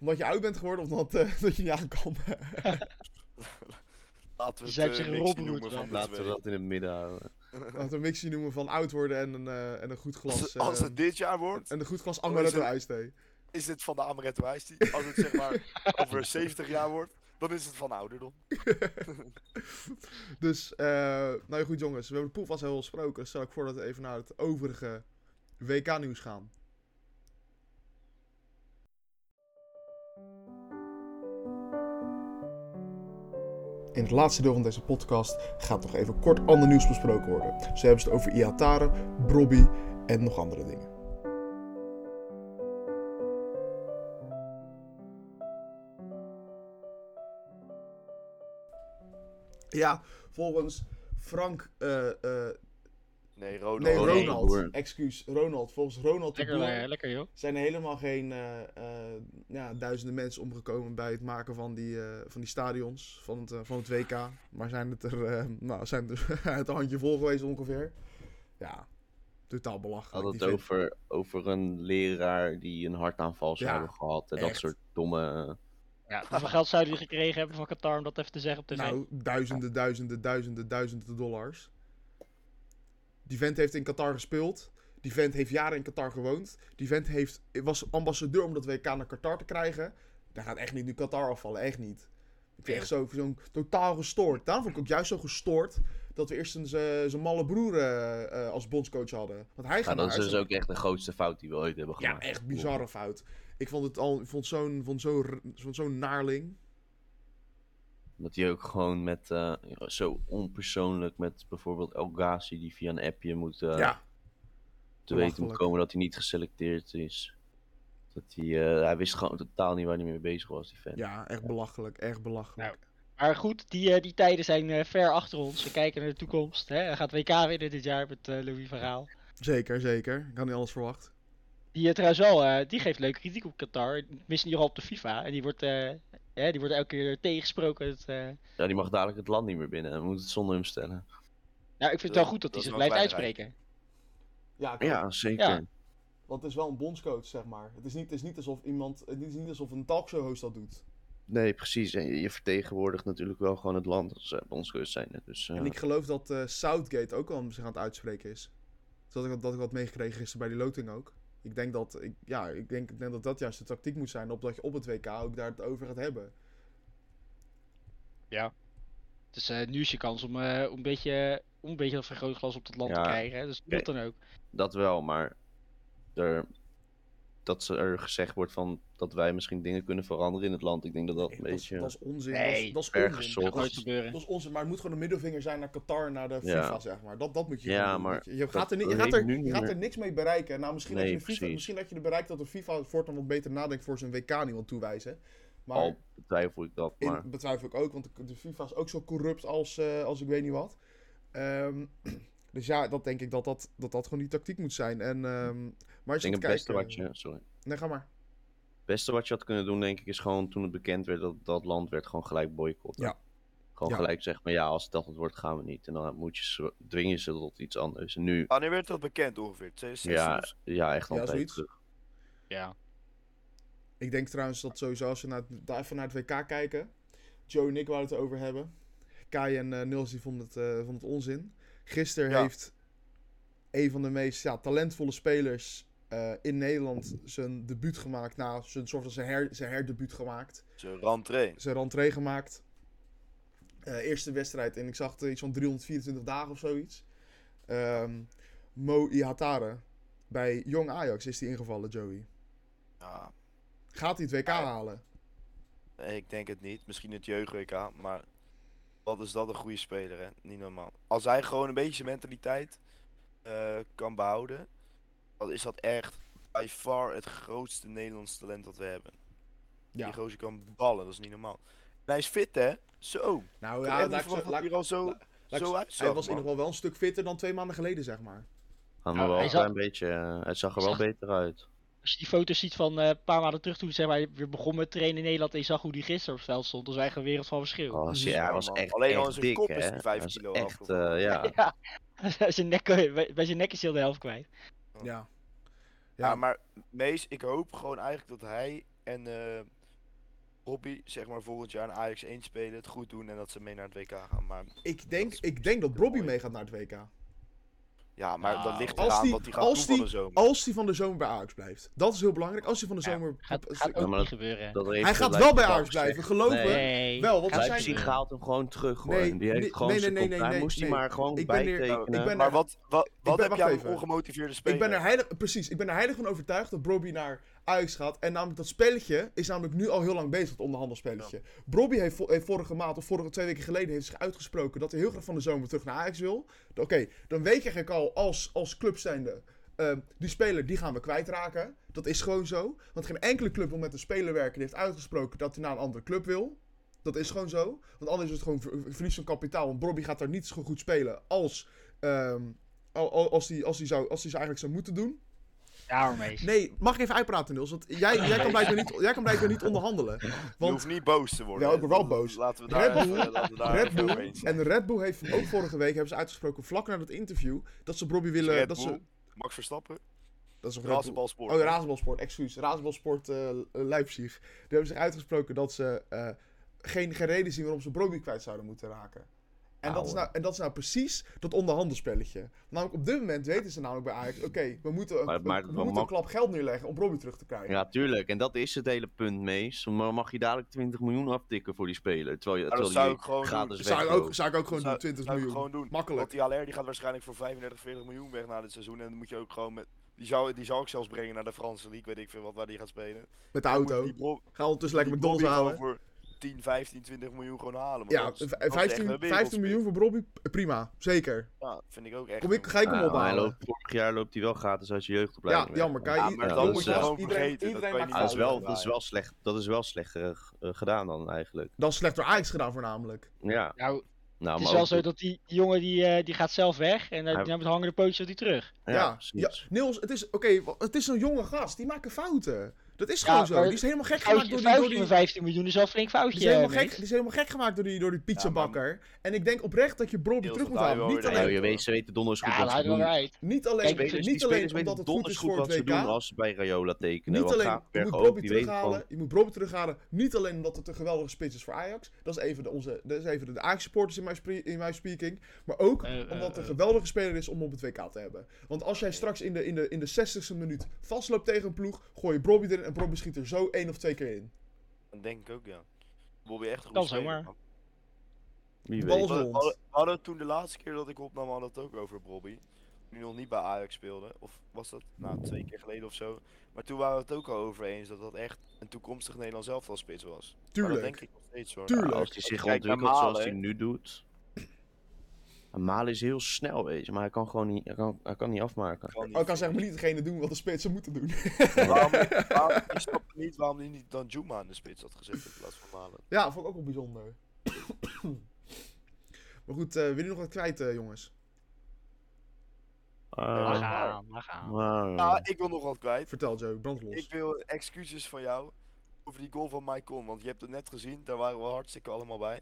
Speaker 1: Omdat je oud bent geworden, of omdat, eh, dat je niet aan kan.
Speaker 2: laten we het
Speaker 4: Ze hebben zich
Speaker 2: eh,
Speaker 4: een
Speaker 2: mixie
Speaker 4: robberoet
Speaker 2: noemen van
Speaker 4: gedaan.
Speaker 2: de
Speaker 3: Laten we
Speaker 2: twee.
Speaker 3: dat in het midden houden.
Speaker 1: Laten we een mixie noemen van oud worden en een, eh, en een goed glas.
Speaker 2: Als, als
Speaker 1: eh,
Speaker 2: het dit jaar wordt, Oh,
Speaker 1: en een goed glas
Speaker 2: is
Speaker 1: amaretto
Speaker 2: het-
Speaker 1: ijsthee.
Speaker 2: is het van de Amaretto Wijs die. Als het zeg maar over 70 jaar wordt, Dan is het van ouderdom.
Speaker 1: Dus, eh, nou ja, goed jongens, we hebben de poolfase heel besproken. Dus stel ik voor dat we even naar het overige WK-nieuws gaan. In het laatste deel van deze podcast gaat nog even kort ander nieuws besproken worden. Zo hebben ze het over Iatare, Brobby en nog andere dingen. Ja, volgens Frank eh, eh,
Speaker 2: Nee, Ronald.
Speaker 1: Nee,
Speaker 3: Ronald.
Speaker 1: Ronald.
Speaker 3: Broer.
Speaker 1: Excuus, Ronald. Volgens Ronald de
Speaker 4: Lekker,
Speaker 1: Boer
Speaker 4: eh, lekker joh.
Speaker 1: zijn er helemaal geen eh, eh, ja, duizenden mensen omgekomen bij het maken van die, eh, van die stadions, van het, eh, van het WK. Maar zijn het er, eh, nou, zijn er het handje vol geweest ongeveer. Ja, totaal belachelijk.
Speaker 3: Had het
Speaker 1: Die vent-
Speaker 3: over, over een leraar die een hartaanval zou
Speaker 1: Ja,
Speaker 3: hebben gehad. En
Speaker 1: echt.
Speaker 3: dat soort domme.
Speaker 4: Ja, hoeveel geld zouden die gekregen hebben van Qatar om dat even te zeggen op tv?
Speaker 1: Nou, duizenden, duizenden, duizenden, duizenden dollars. Die vent heeft in Qatar gespeeld. Die vent heeft jaren in Qatar gewoond. Die vent heeft, was ambassadeur om dat WK naar Qatar te krijgen. Daar gaat echt niet nu Qatar afvallen, echt niet. Ik vind echt zo, zo'n totaal gestoord. Daarom vond ik ook juist zo gestoord dat we eerst een, eh, zijn malle broer eh, eh, als bondscoach hadden. Want hij
Speaker 3: Ja,
Speaker 1: gaat naar
Speaker 3: dat is dus
Speaker 1: Arsenal.
Speaker 3: ook echt de grootste fout die we ooit hebben
Speaker 1: Ja,
Speaker 3: gemaakt.
Speaker 1: echt bizarre fout. Ik vond het al, ik vond zo'n, vond zo'n, r- vond zo'n naarling.
Speaker 3: Dat hij ook gewoon met eh, zo onpersoonlijk met bijvoorbeeld El Ghazi die via een appje moet eh,
Speaker 1: ja,
Speaker 3: te weten moet
Speaker 1: belachelijk.
Speaker 3: komen dat hij niet geselecteerd is. Dat hij, eh, hij wist gewoon totaal niet waar hij mee bezig was, die fan.
Speaker 1: ja, echt belachelijk, echt belachelijk.
Speaker 4: Nou, Maar goed, die, eh, die tijden zijn eh, ver achter ons. We kijken naar de toekomst. Hè. Hij gaat WK winnen dit jaar met eh, Louis Verhaal.
Speaker 1: Zeker, zeker. Ik had niet alles verwacht.
Speaker 4: Die eh, trouwens wel, eh, die geeft leuke kritiek op Qatar. Misschien in ieder geval op de FIFA. En die wordt, eh, hè, die wordt elke keer tegensproken. Het, eh,
Speaker 3: Ja, die mag dadelijk het land niet meer binnen. We moeten het zonder hem stellen.
Speaker 4: Nou, ik vind het wel
Speaker 2: Dat-
Speaker 4: goed dat hij
Speaker 2: dat
Speaker 4: zich
Speaker 2: is wel
Speaker 4: blijft
Speaker 2: kleinigheid.
Speaker 4: uitspreken.
Speaker 1: Ja, klopt.
Speaker 3: Ja, zeker.
Speaker 4: Ja.
Speaker 1: want het is wel een bondscoach, zeg maar. Het is niet, het is niet alsof iemand, het is niet alsof een talkshow-host dat doet.
Speaker 3: Nee, precies. En je je vertegenwoordigt natuurlijk wel gewoon het land als eh, bondscoach zijn. Dus, eh,
Speaker 1: En ik geloof dat eh, Southgate ook al zich aan het uitspreken is. Dus Dat ik, dat ik had meegekregen gisteren bij die loting ook. Ik denk dat, ik, ja, ik denk, ik denk dat dat juist de tactiek moet zijn. Opdat je op het WK ook daar het over gaat hebben.
Speaker 4: Dus eh, nu is je kans om, eh, om, een beetje, om een beetje dat vergrootglas op dat land
Speaker 3: Ja.
Speaker 4: te krijgen. hè. Dus doe dat dan ook.
Speaker 3: Dat wel, maar er, dat ze er gezegd wordt van dat wij misschien dingen kunnen veranderen in het land. Ik denk dat dat
Speaker 1: Nee,
Speaker 3: een
Speaker 1: dat, is-
Speaker 3: beetje...
Speaker 1: dat is onzin.
Speaker 4: Nee,
Speaker 1: dat is, dat is
Speaker 3: ergens
Speaker 1: onzin.
Speaker 3: zo-
Speaker 4: Dat gaat
Speaker 1: Dat
Speaker 4: nooit
Speaker 1: is,
Speaker 4: gebeuren.
Speaker 1: dat is onzin, maar het moet gewoon een middelvinger zijn naar Qatar, naar de
Speaker 3: Ja.
Speaker 1: FIFA, zeg maar. Dat, dat moet je
Speaker 3: Ja,
Speaker 1: gewoon doen.
Speaker 3: maar
Speaker 1: Want je, je gaat er, niet- je
Speaker 3: dat
Speaker 1: gaat er,
Speaker 3: heeft nu
Speaker 1: je
Speaker 3: niet
Speaker 1: gaat
Speaker 3: meer-
Speaker 1: er niks mee bereiken. Nou, misschien,
Speaker 3: Nee,
Speaker 1: dat je de FIFA,
Speaker 3: precies.
Speaker 1: misschien dat je er bereikt dat de FIFA voortaan wat beter nadenkt voor zijn WK niemand toewijzen. Maar
Speaker 3: Al betwijfel ik dat, maar...
Speaker 1: in, betwijfel ik ook, want de, de FIFA is ook zo corrupt als, eh, als ik weet niet wat. Ehm, dus ja, dat denk ik dat dat, dat dat gewoon die tactiek moet zijn. En, ehm, maar als
Speaker 3: Ik
Speaker 1: je
Speaker 3: denk
Speaker 1: gaat
Speaker 3: het beste
Speaker 1: kijken-
Speaker 3: wat je... Sorry.
Speaker 1: Nee, ga maar.
Speaker 3: Het beste wat je had kunnen doen, denk ik, is gewoon toen het bekend werd dat dat land werd gewoon gelijk boycotten.
Speaker 1: Ja.
Speaker 3: Gewoon
Speaker 1: Ja.
Speaker 3: gelijk zeggen, maar ja, als het dat het wordt, gaan we niet. En dan moet je ze, dwing je ze tot iets anders. En nu,
Speaker 2: Wanneer werd dat bekend ongeveer? 2016
Speaker 3: ja,
Speaker 2: of zo?
Speaker 3: ja echt
Speaker 1: Ja,
Speaker 3: al tijd
Speaker 1: zoiets.
Speaker 3: terug.
Speaker 4: Ja.
Speaker 1: Ik denk trouwens dat sowieso als we naar het, daar even naar het WK kijken. Joe en ik wouden het over hebben. Kai en eh, Niels die vonden het, eh, vonden het onzin. Gisteren
Speaker 2: Ja.
Speaker 1: heeft een van de meest ja, talentvolle spelers eh, in Nederland zijn debuut gemaakt. Nou, zijn soort van zijn, her, zijn herdebuut gemaakt.
Speaker 2: Zijn eh, rentree.
Speaker 1: Zijn rentree gemaakt. Eh, eerste wedstrijd en ik zag er iets van 324 dagen of zoiets. Ehm Mo Ihatare. Bij Jong Ajax is die ingevallen, Joey.
Speaker 2: Ja,
Speaker 1: Gaat hij het WK
Speaker 2: Ja.
Speaker 1: halen?
Speaker 2: nee, Eh, ik denk het niet. Misschien het jeugd-WK, maar wat is dat een goede speler, hè? Niet normaal. Als hij gewoon een beetje zijn mentaliteit eh, kan behouden, dan is dat echt by far het grootste Nederlands talent dat we hebben.
Speaker 1: Ja.
Speaker 2: Die gozer kan ballen, dat is niet normaal. En hij is fit, hè? Zo.
Speaker 1: Nou
Speaker 2: Ik
Speaker 1: ja,
Speaker 2: had echt
Speaker 1: laat ik
Speaker 2: niet
Speaker 1: zo-
Speaker 2: verwacht dat
Speaker 1: laat-
Speaker 2: hij er al zo,
Speaker 1: laat- laat ik
Speaker 2: zo
Speaker 1: zo-
Speaker 2: uitzag,
Speaker 1: hij was in ieder
Speaker 2: man.
Speaker 1: geval wel een stuk fitter dan twee maanden geleden, zeg maar.
Speaker 3: Gaan we
Speaker 4: Ja,
Speaker 3: wel
Speaker 4: hij
Speaker 3: een
Speaker 4: zag-
Speaker 3: klein beetje... eh, het zag er wel
Speaker 4: Zag-
Speaker 3: beter uit.
Speaker 4: Als je die foto's ziet van eh, een paar maanden terug toen zeg maar, weer begon met trainen in Nederland en je zag hoe die gisteren op het veld stond, dat is eigenlijk een wereld van verschil.
Speaker 3: Oh,
Speaker 1: is
Speaker 3: zie je, hij
Speaker 2: waar,
Speaker 3: was
Speaker 2: man.
Speaker 3: echt,
Speaker 2: Alleen al
Speaker 3: echt
Speaker 2: in zijn
Speaker 3: dik,
Speaker 2: kop is
Speaker 3: hè.
Speaker 2: hij vijf
Speaker 3: Hij was
Speaker 2: kilo
Speaker 3: echt,
Speaker 2: afgevallen.
Speaker 3: eh, ja.
Speaker 4: Ja. zijn nek, bij, bij zijn nek is hij al de helft kwijt.
Speaker 1: Ja.
Speaker 2: Ja,
Speaker 1: Ja.
Speaker 2: maar Mees, ik hoop gewoon eigenlijk dat hij en eh Hobby, zeg maar, volgend jaar een Ajax 1 spelen, het goed doen en dat ze mee naar het WK gaan. Maar
Speaker 1: Ik denk, ik denk dat Bobby mee gaat naar het WK.
Speaker 2: Ja, maar dat
Speaker 4: Nou.
Speaker 2: ligt
Speaker 1: Als
Speaker 2: eraan
Speaker 1: die-
Speaker 2: wat hij gaat
Speaker 1: als
Speaker 2: doen van
Speaker 1: die-
Speaker 2: de zomer.
Speaker 1: Als hij van de zomer bij Ajax blijft. Dat is heel belangrijk. Als hij van de
Speaker 4: Ja,
Speaker 1: zomer...
Speaker 4: Gaat,
Speaker 1: op-
Speaker 4: gaat
Speaker 3: Ja,
Speaker 4: ook
Speaker 3: maar
Speaker 4: niet gebeuren.
Speaker 3: Dat
Speaker 1: hij
Speaker 3: heeft
Speaker 1: gaat
Speaker 3: gelijk
Speaker 1: wel bij
Speaker 3: wat
Speaker 1: Ajax
Speaker 3: gezegd.
Speaker 1: blijven, geloven we.
Speaker 4: Nee.
Speaker 1: wel, want
Speaker 4: Gaat
Speaker 1: we zijn-
Speaker 4: niet
Speaker 3: Leipzig
Speaker 4: gebeuren.
Speaker 3: haalt hem gewoon terug hoor.
Speaker 1: Nee,
Speaker 3: En die heeft
Speaker 1: nee,
Speaker 3: gewoon
Speaker 1: nee,
Speaker 3: zijn
Speaker 1: nee, nee, nee,
Speaker 3: contract. Hij moest
Speaker 1: nee.
Speaker 3: hij maar gewoon
Speaker 1: Ik ben er-
Speaker 3: bijtekenen.
Speaker 1: ik ben
Speaker 2: Maar
Speaker 1: er-
Speaker 2: wat, wat, wat
Speaker 1: ben-
Speaker 2: heb jij
Speaker 1: wacht
Speaker 2: aan een
Speaker 1: even.
Speaker 2: ongemotiveerde speler?
Speaker 1: Ik ben er heilig, precies, ik ben er heilig van overtuigd dat Brobby naar Ajax gaat. En namelijk dat spelletje is namelijk nu al heel lang bezig, dat onderhandelspelletje. Brobby heeft, vo- heeft vorige maand of vorige twee weken geleden heeft zich uitgesproken dat hij heel graag van de zomer terug naar Ajax wil. Oké, dan weet je eigenlijk al als, als club zijnde, ehm, die speler die gaan we kwijtraken. Dat is gewoon zo. Want geen enkele club wil met een speler werken die heeft uitgesproken dat hij naar een andere club wil. Dat is gewoon zo. Want anders is het gewoon ver- verlies van kapitaal. Want Brobby gaat daar niet zo goed spelen als... ehm, al- al- als hij als die zou, als die zou eigenlijk zou moeten doen.
Speaker 4: Daarom is.
Speaker 1: Nee, mag ik even uitpraten, Niels? Want jij, jij, kan, blijkbaar niet, jij kan blijkbaar niet onderhandelen.
Speaker 2: Je
Speaker 1: Want
Speaker 2: hoeft niet boos te worden.
Speaker 1: Ja, ik ben wel
Speaker 2: Dat-
Speaker 1: boos.
Speaker 2: Laten we
Speaker 1: Red
Speaker 2: daar even,
Speaker 1: Bull-
Speaker 2: laten we daar
Speaker 1: Red
Speaker 2: even over
Speaker 1: Bull
Speaker 2: eens zijn.
Speaker 1: en Red Bull heeft ook vorige week hebben ze uitgesproken vlak na dat interview dat ze Robbie willen.
Speaker 2: Red
Speaker 1: dat,
Speaker 2: Bull,
Speaker 1: ze,
Speaker 2: Max Verstappen,
Speaker 1: dat is een Red Bull.
Speaker 2: razenbalsport.
Speaker 1: Oh, Razenbalsport, excuus. Razenbalsport eh Leipzig. Die hebben zich uitgesproken dat ze eh, geen, geen reden zien waarom ze Broby kwijt zouden moeten raken. En dat, is
Speaker 3: Ouwe.
Speaker 1: nou, en dat is nou precies dat onderhandelspelletje. Namelijk op dit moment weten ze namelijk bij Ajax... Oké, we moeten,
Speaker 3: Maar
Speaker 1: we,
Speaker 3: het maakt het wel
Speaker 1: moeten een
Speaker 3: mak-
Speaker 1: klap geld neerleggen om Broby terug te krijgen.
Speaker 3: Ja, tuurlijk. En dat is het hele punt, Mees. Maar mag je dadelijk 20 miljoen aftikken voor die speler? Terwijl je,
Speaker 2: Nou, dat
Speaker 3: terwijl
Speaker 2: zou
Speaker 3: die
Speaker 2: ik gewoon doen.
Speaker 3: gratis
Speaker 1: zou, ik
Speaker 3: wegloopt.
Speaker 1: ook, zou ik ook gewoon
Speaker 2: Zou-
Speaker 1: doen, 20
Speaker 2: zou ik
Speaker 1: miljoen.
Speaker 2: gewoon doen. Want
Speaker 1: Makkelijk.
Speaker 2: die Haller die gaat waarschijnlijk voor 35, 40 miljoen weg na dit seizoen. En dan moet je ook gewoon met... Die zou, die zou ik zelfs brengen naar de Franse League, weet ik veel wat, waar die gaat spelen.
Speaker 1: Met de
Speaker 2: Dan moet je
Speaker 1: auto.
Speaker 2: die Bro-
Speaker 1: Ga ondertussen dus lekker
Speaker 2: die
Speaker 1: McDonald's
Speaker 2: Bobby
Speaker 1: halen.
Speaker 2: gewoon voor 10, 15, 20 miljoen gewoon halen. want
Speaker 1: Ja,
Speaker 2: dat is-
Speaker 1: v-
Speaker 2: dat is echt een
Speaker 1: 15, 15 miljoen voor Broby, prima. Zeker.
Speaker 2: wereldspits. Ja, vind ik ook echt.
Speaker 1: Kom ik,
Speaker 2: een-
Speaker 1: ga ik hem
Speaker 3: Ja, maar hij
Speaker 1: ophalen.
Speaker 3: loopt, vorig jaar loopt hij wel gratis uit je jeugdopleiding.
Speaker 1: Ja,
Speaker 3: weg.
Speaker 1: jammer. Kijk,
Speaker 2: Ja,
Speaker 1: i-
Speaker 2: maar
Speaker 3: dat
Speaker 1: jongens,
Speaker 3: moet je gewoon
Speaker 1: iedereen-
Speaker 2: vergeten, dat
Speaker 1: Iedereen
Speaker 2: kan je
Speaker 1: maakt
Speaker 2: niet
Speaker 3: Ah, dat, is
Speaker 1: fouten.
Speaker 3: wel, dat, is wel slecht, dat is wel slecht eh, g- eh, gedaan dan eigenlijk.
Speaker 1: Dat is slecht door Ajax gedaan voornamelijk.
Speaker 3: Ja,
Speaker 4: Nou,
Speaker 3: nou,
Speaker 4: het
Speaker 3: maar
Speaker 4: is wel
Speaker 3: ook
Speaker 4: zo
Speaker 3: goed.
Speaker 4: dat die die jongen die, eh, die gaat zelf weg en eh,
Speaker 3: Hij-
Speaker 4: dan met hangende pootjes op die terug.
Speaker 1: Ja,
Speaker 3: Ja,
Speaker 1: ja,
Speaker 3: precies.
Speaker 1: Niels, het is, oké, wa- het is een jonge gast. Die maken fouten. Dat is
Speaker 4: Ja,
Speaker 1: gewoon zo.
Speaker 4: maar
Speaker 1: Die is helemaal gek gemaakt
Speaker 4: Foutje,
Speaker 1: door die... Door
Speaker 4: foutje
Speaker 1: die
Speaker 4: van 15 miljoen is wel een flink
Speaker 1: die is,
Speaker 4: foutje.
Speaker 1: helemaal
Speaker 4: eh,
Speaker 1: gek,
Speaker 4: mens.
Speaker 1: die is helemaal gek gemaakt door die, door die pizzabakker.
Speaker 2: Ja,
Speaker 1: En ik denk oprecht dat je Broby
Speaker 2: Niels,
Speaker 1: terug moet
Speaker 2: dat
Speaker 1: halen.
Speaker 2: hou je
Speaker 1: Niet
Speaker 2: wel
Speaker 3: Nou,
Speaker 2: weer
Speaker 1: alleen,
Speaker 3: je weet, ze weten donders goed
Speaker 4: Ja,
Speaker 3: wat
Speaker 4: dat
Speaker 3: ze
Speaker 4: houdt wel
Speaker 3: doen.
Speaker 4: weer uit.
Speaker 1: niet alleen,
Speaker 4: Kijk,
Speaker 3: Spelers- die
Speaker 1: dus niet alleen
Speaker 3: spelers
Speaker 1: omdat
Speaker 3: weten
Speaker 1: het goed
Speaker 3: donders
Speaker 1: is
Speaker 3: goed
Speaker 1: voor
Speaker 3: wat ze
Speaker 1: het
Speaker 3: doen
Speaker 1: WK.
Speaker 3: als ze bij Rayola tekenen.
Speaker 1: Niet
Speaker 3: Want
Speaker 1: alleen, je moet
Speaker 3: Graafberg ook,
Speaker 1: Brobbey
Speaker 3: die weten
Speaker 1: terughalen.
Speaker 3: van...
Speaker 1: Je moet Brobbey terughalen. Niet alleen omdat het een geweldige spits is voor Ajax. Dat is even de, onze, dat is even de, de Ajax supporters in mijn, spree- in mijn speaking. Maar ook
Speaker 4: Eh, eh,
Speaker 1: omdat het een
Speaker 4: eh.
Speaker 1: geweldige speler is om op het WK te hebben. Want als
Speaker 2: Eh.
Speaker 1: jij straks in de, in de, in de 60ste minuut vastloopt tegen een ploeg. Gooi je Brobbey erin en Brobbey schiet er zo één of twee keer in.
Speaker 2: Dat denk ik ook, ja. Bobby echt goed.
Speaker 4: Kan zomaar.
Speaker 3: Wie
Speaker 1: De
Speaker 3: weet.
Speaker 1: bal
Speaker 2: We
Speaker 1: is
Speaker 2: hadden,
Speaker 1: rond.
Speaker 2: we hadden het toen de laatste keer dat ik opnam, hadden we het ook over Bobby. Nu nog niet bij Ajax speelde. Of was dat nou twee keer geleden of zo. Maar toen waren we het ook al over eens dat dat echt een toekomstig Nederlands elftal spits was. Maar dat denk
Speaker 1: Tuurlijk.
Speaker 2: ik nog steeds hoor.
Speaker 1: Tuurlijk.
Speaker 3: Als hij zich
Speaker 2: Kijk,
Speaker 3: ontwikkelt
Speaker 2: Malen,
Speaker 3: zoals
Speaker 2: hè.
Speaker 3: hij nu doet. Maar Malen is heel snel, weet je. Maar hij kan gewoon niet, hij kan, hij kan niet afmaken.
Speaker 2: Kan niet.
Speaker 1: Oh, ik kan zeg maar niet degene doen wat de spitsen moeten doen.
Speaker 2: Waarom, waarom, ik snap niet waarom hij niet dan Juma in de spits had gezet in plaats van Malen.
Speaker 1: ja, vond ik ook wel bijzonder. maar goed, eh wil je nog wat kwijt, eh, jongens?
Speaker 4: Mag
Speaker 3: Ah,
Speaker 4: aan, mag aan.
Speaker 1: Nou
Speaker 3: maar,
Speaker 2: Ja, Ah, ik wil nog wat kwijt.
Speaker 1: Vertel, Joe, brandlos.
Speaker 2: Ik wil excuses van jou over die goal van Maicon. Want je hebt het net gezien, daar waren we hartstikke allemaal bij.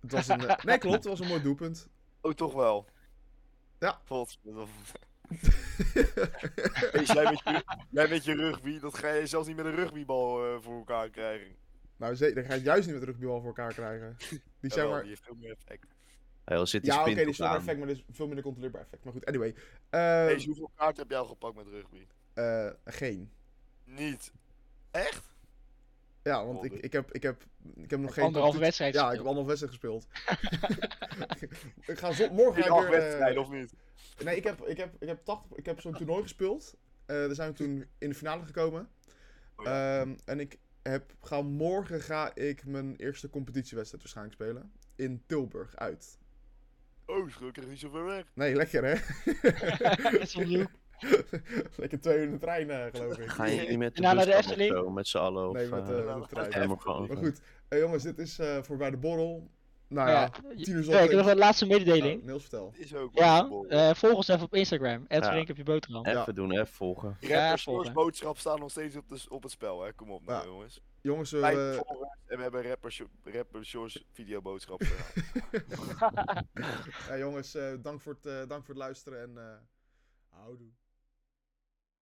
Speaker 1: Het was een, eh, nee, klopt, het was een mooi doelpunt.
Speaker 2: Oh, toch wel.
Speaker 1: Ja.
Speaker 2: Pot. Hey, jij, met je, jij met je rugby, dat ga je zelfs niet met een rugbybal eh, voor elkaar krijgen.
Speaker 1: Nou, ze- dan ga je het juist niet met rugbybal voor elkaar krijgen. Die zijn
Speaker 2: Jawel,
Speaker 1: maar... Eh.
Speaker 2: die heeft veel meer effect.
Speaker 3: Hij al zit die
Speaker 1: Ja, oké,
Speaker 3: spin
Speaker 1: die is
Speaker 3: tot
Speaker 1: veel meer
Speaker 3: aan.
Speaker 1: effect, maar dit is veel minder controleerbaar effect. Maar goed, anyway. Eh,
Speaker 2: Hey, hoeveel kaart heb jij al gepakt met rugby?
Speaker 1: eh, geen.
Speaker 2: Niet. Echt?
Speaker 1: Ja, want ik,
Speaker 2: Helder.
Speaker 1: ik, heb, ik, heb, ik heb nog geen...
Speaker 4: Anderhalve
Speaker 1: competitie-
Speaker 4: wedstrijd.
Speaker 1: Ja, ik heb anderhalf wedstrijd gespeeld. ik ga zo, morgen
Speaker 2: In
Speaker 1: ga ik
Speaker 2: acht
Speaker 1: weer... eh,
Speaker 2: wedstrijden of niet?
Speaker 1: nee, ik heb, ik heb, ik heb, 80, ik heb zo'n toernooi gespeeld. Eh daar zijn we toen in de finale gekomen.
Speaker 2: Oh ja.
Speaker 1: Ehm, en ik heb, ga morgen ga ik mijn eerste competitiewedstrijd waarschijnlijk spelen. In Tilburg, uit.
Speaker 2: Oh, is gelukkig niet zo ver weg.
Speaker 1: Nee, lekker hè?
Speaker 4: Dat is opnieuw.
Speaker 1: Lekker twee uur in de trein, eh, geloof ik.
Speaker 3: Ga je niet met de
Speaker 4: En dan naar
Speaker 3: bus
Speaker 4: de
Speaker 3: gaan of
Speaker 4: Efteling?
Speaker 3: zo, met z'n allen? Of,
Speaker 1: Nee, met,
Speaker 3: eh,
Speaker 2: Nou,
Speaker 1: eh, met de trein.
Speaker 3: ja, maar gewoon-
Speaker 1: Maar goed, eh, jongens, dit is eh voor bij de borrel. Nou ja,
Speaker 4: Ja,
Speaker 1: tien uur
Speaker 4: ja, ik heb nog
Speaker 1: zondag.
Speaker 4: een laatste mededeling.
Speaker 1: Oh, Niels, vertel.
Speaker 2: Is ook
Speaker 4: Ja,
Speaker 2: wel een
Speaker 4: eh, volg ons even op Instagram. Het
Speaker 3: Ja.
Speaker 4: op je boterham.
Speaker 3: Even
Speaker 1: Ja.
Speaker 3: doen, even volgen.
Speaker 2: Die rappers
Speaker 4: volgen.
Speaker 2: boodschap staan nog steeds op, de, op het spel, hè? Kom op nou,
Speaker 1: Ja.
Speaker 2: jongens.
Speaker 1: Jongens,
Speaker 2: Vijf
Speaker 1: eh,
Speaker 2: volgers en we hebben rappers, rappers videoboodschap. verhaal.
Speaker 1: ja, jongens eh, dank, voor het, eh, dank voor het luisteren en eh houdoe.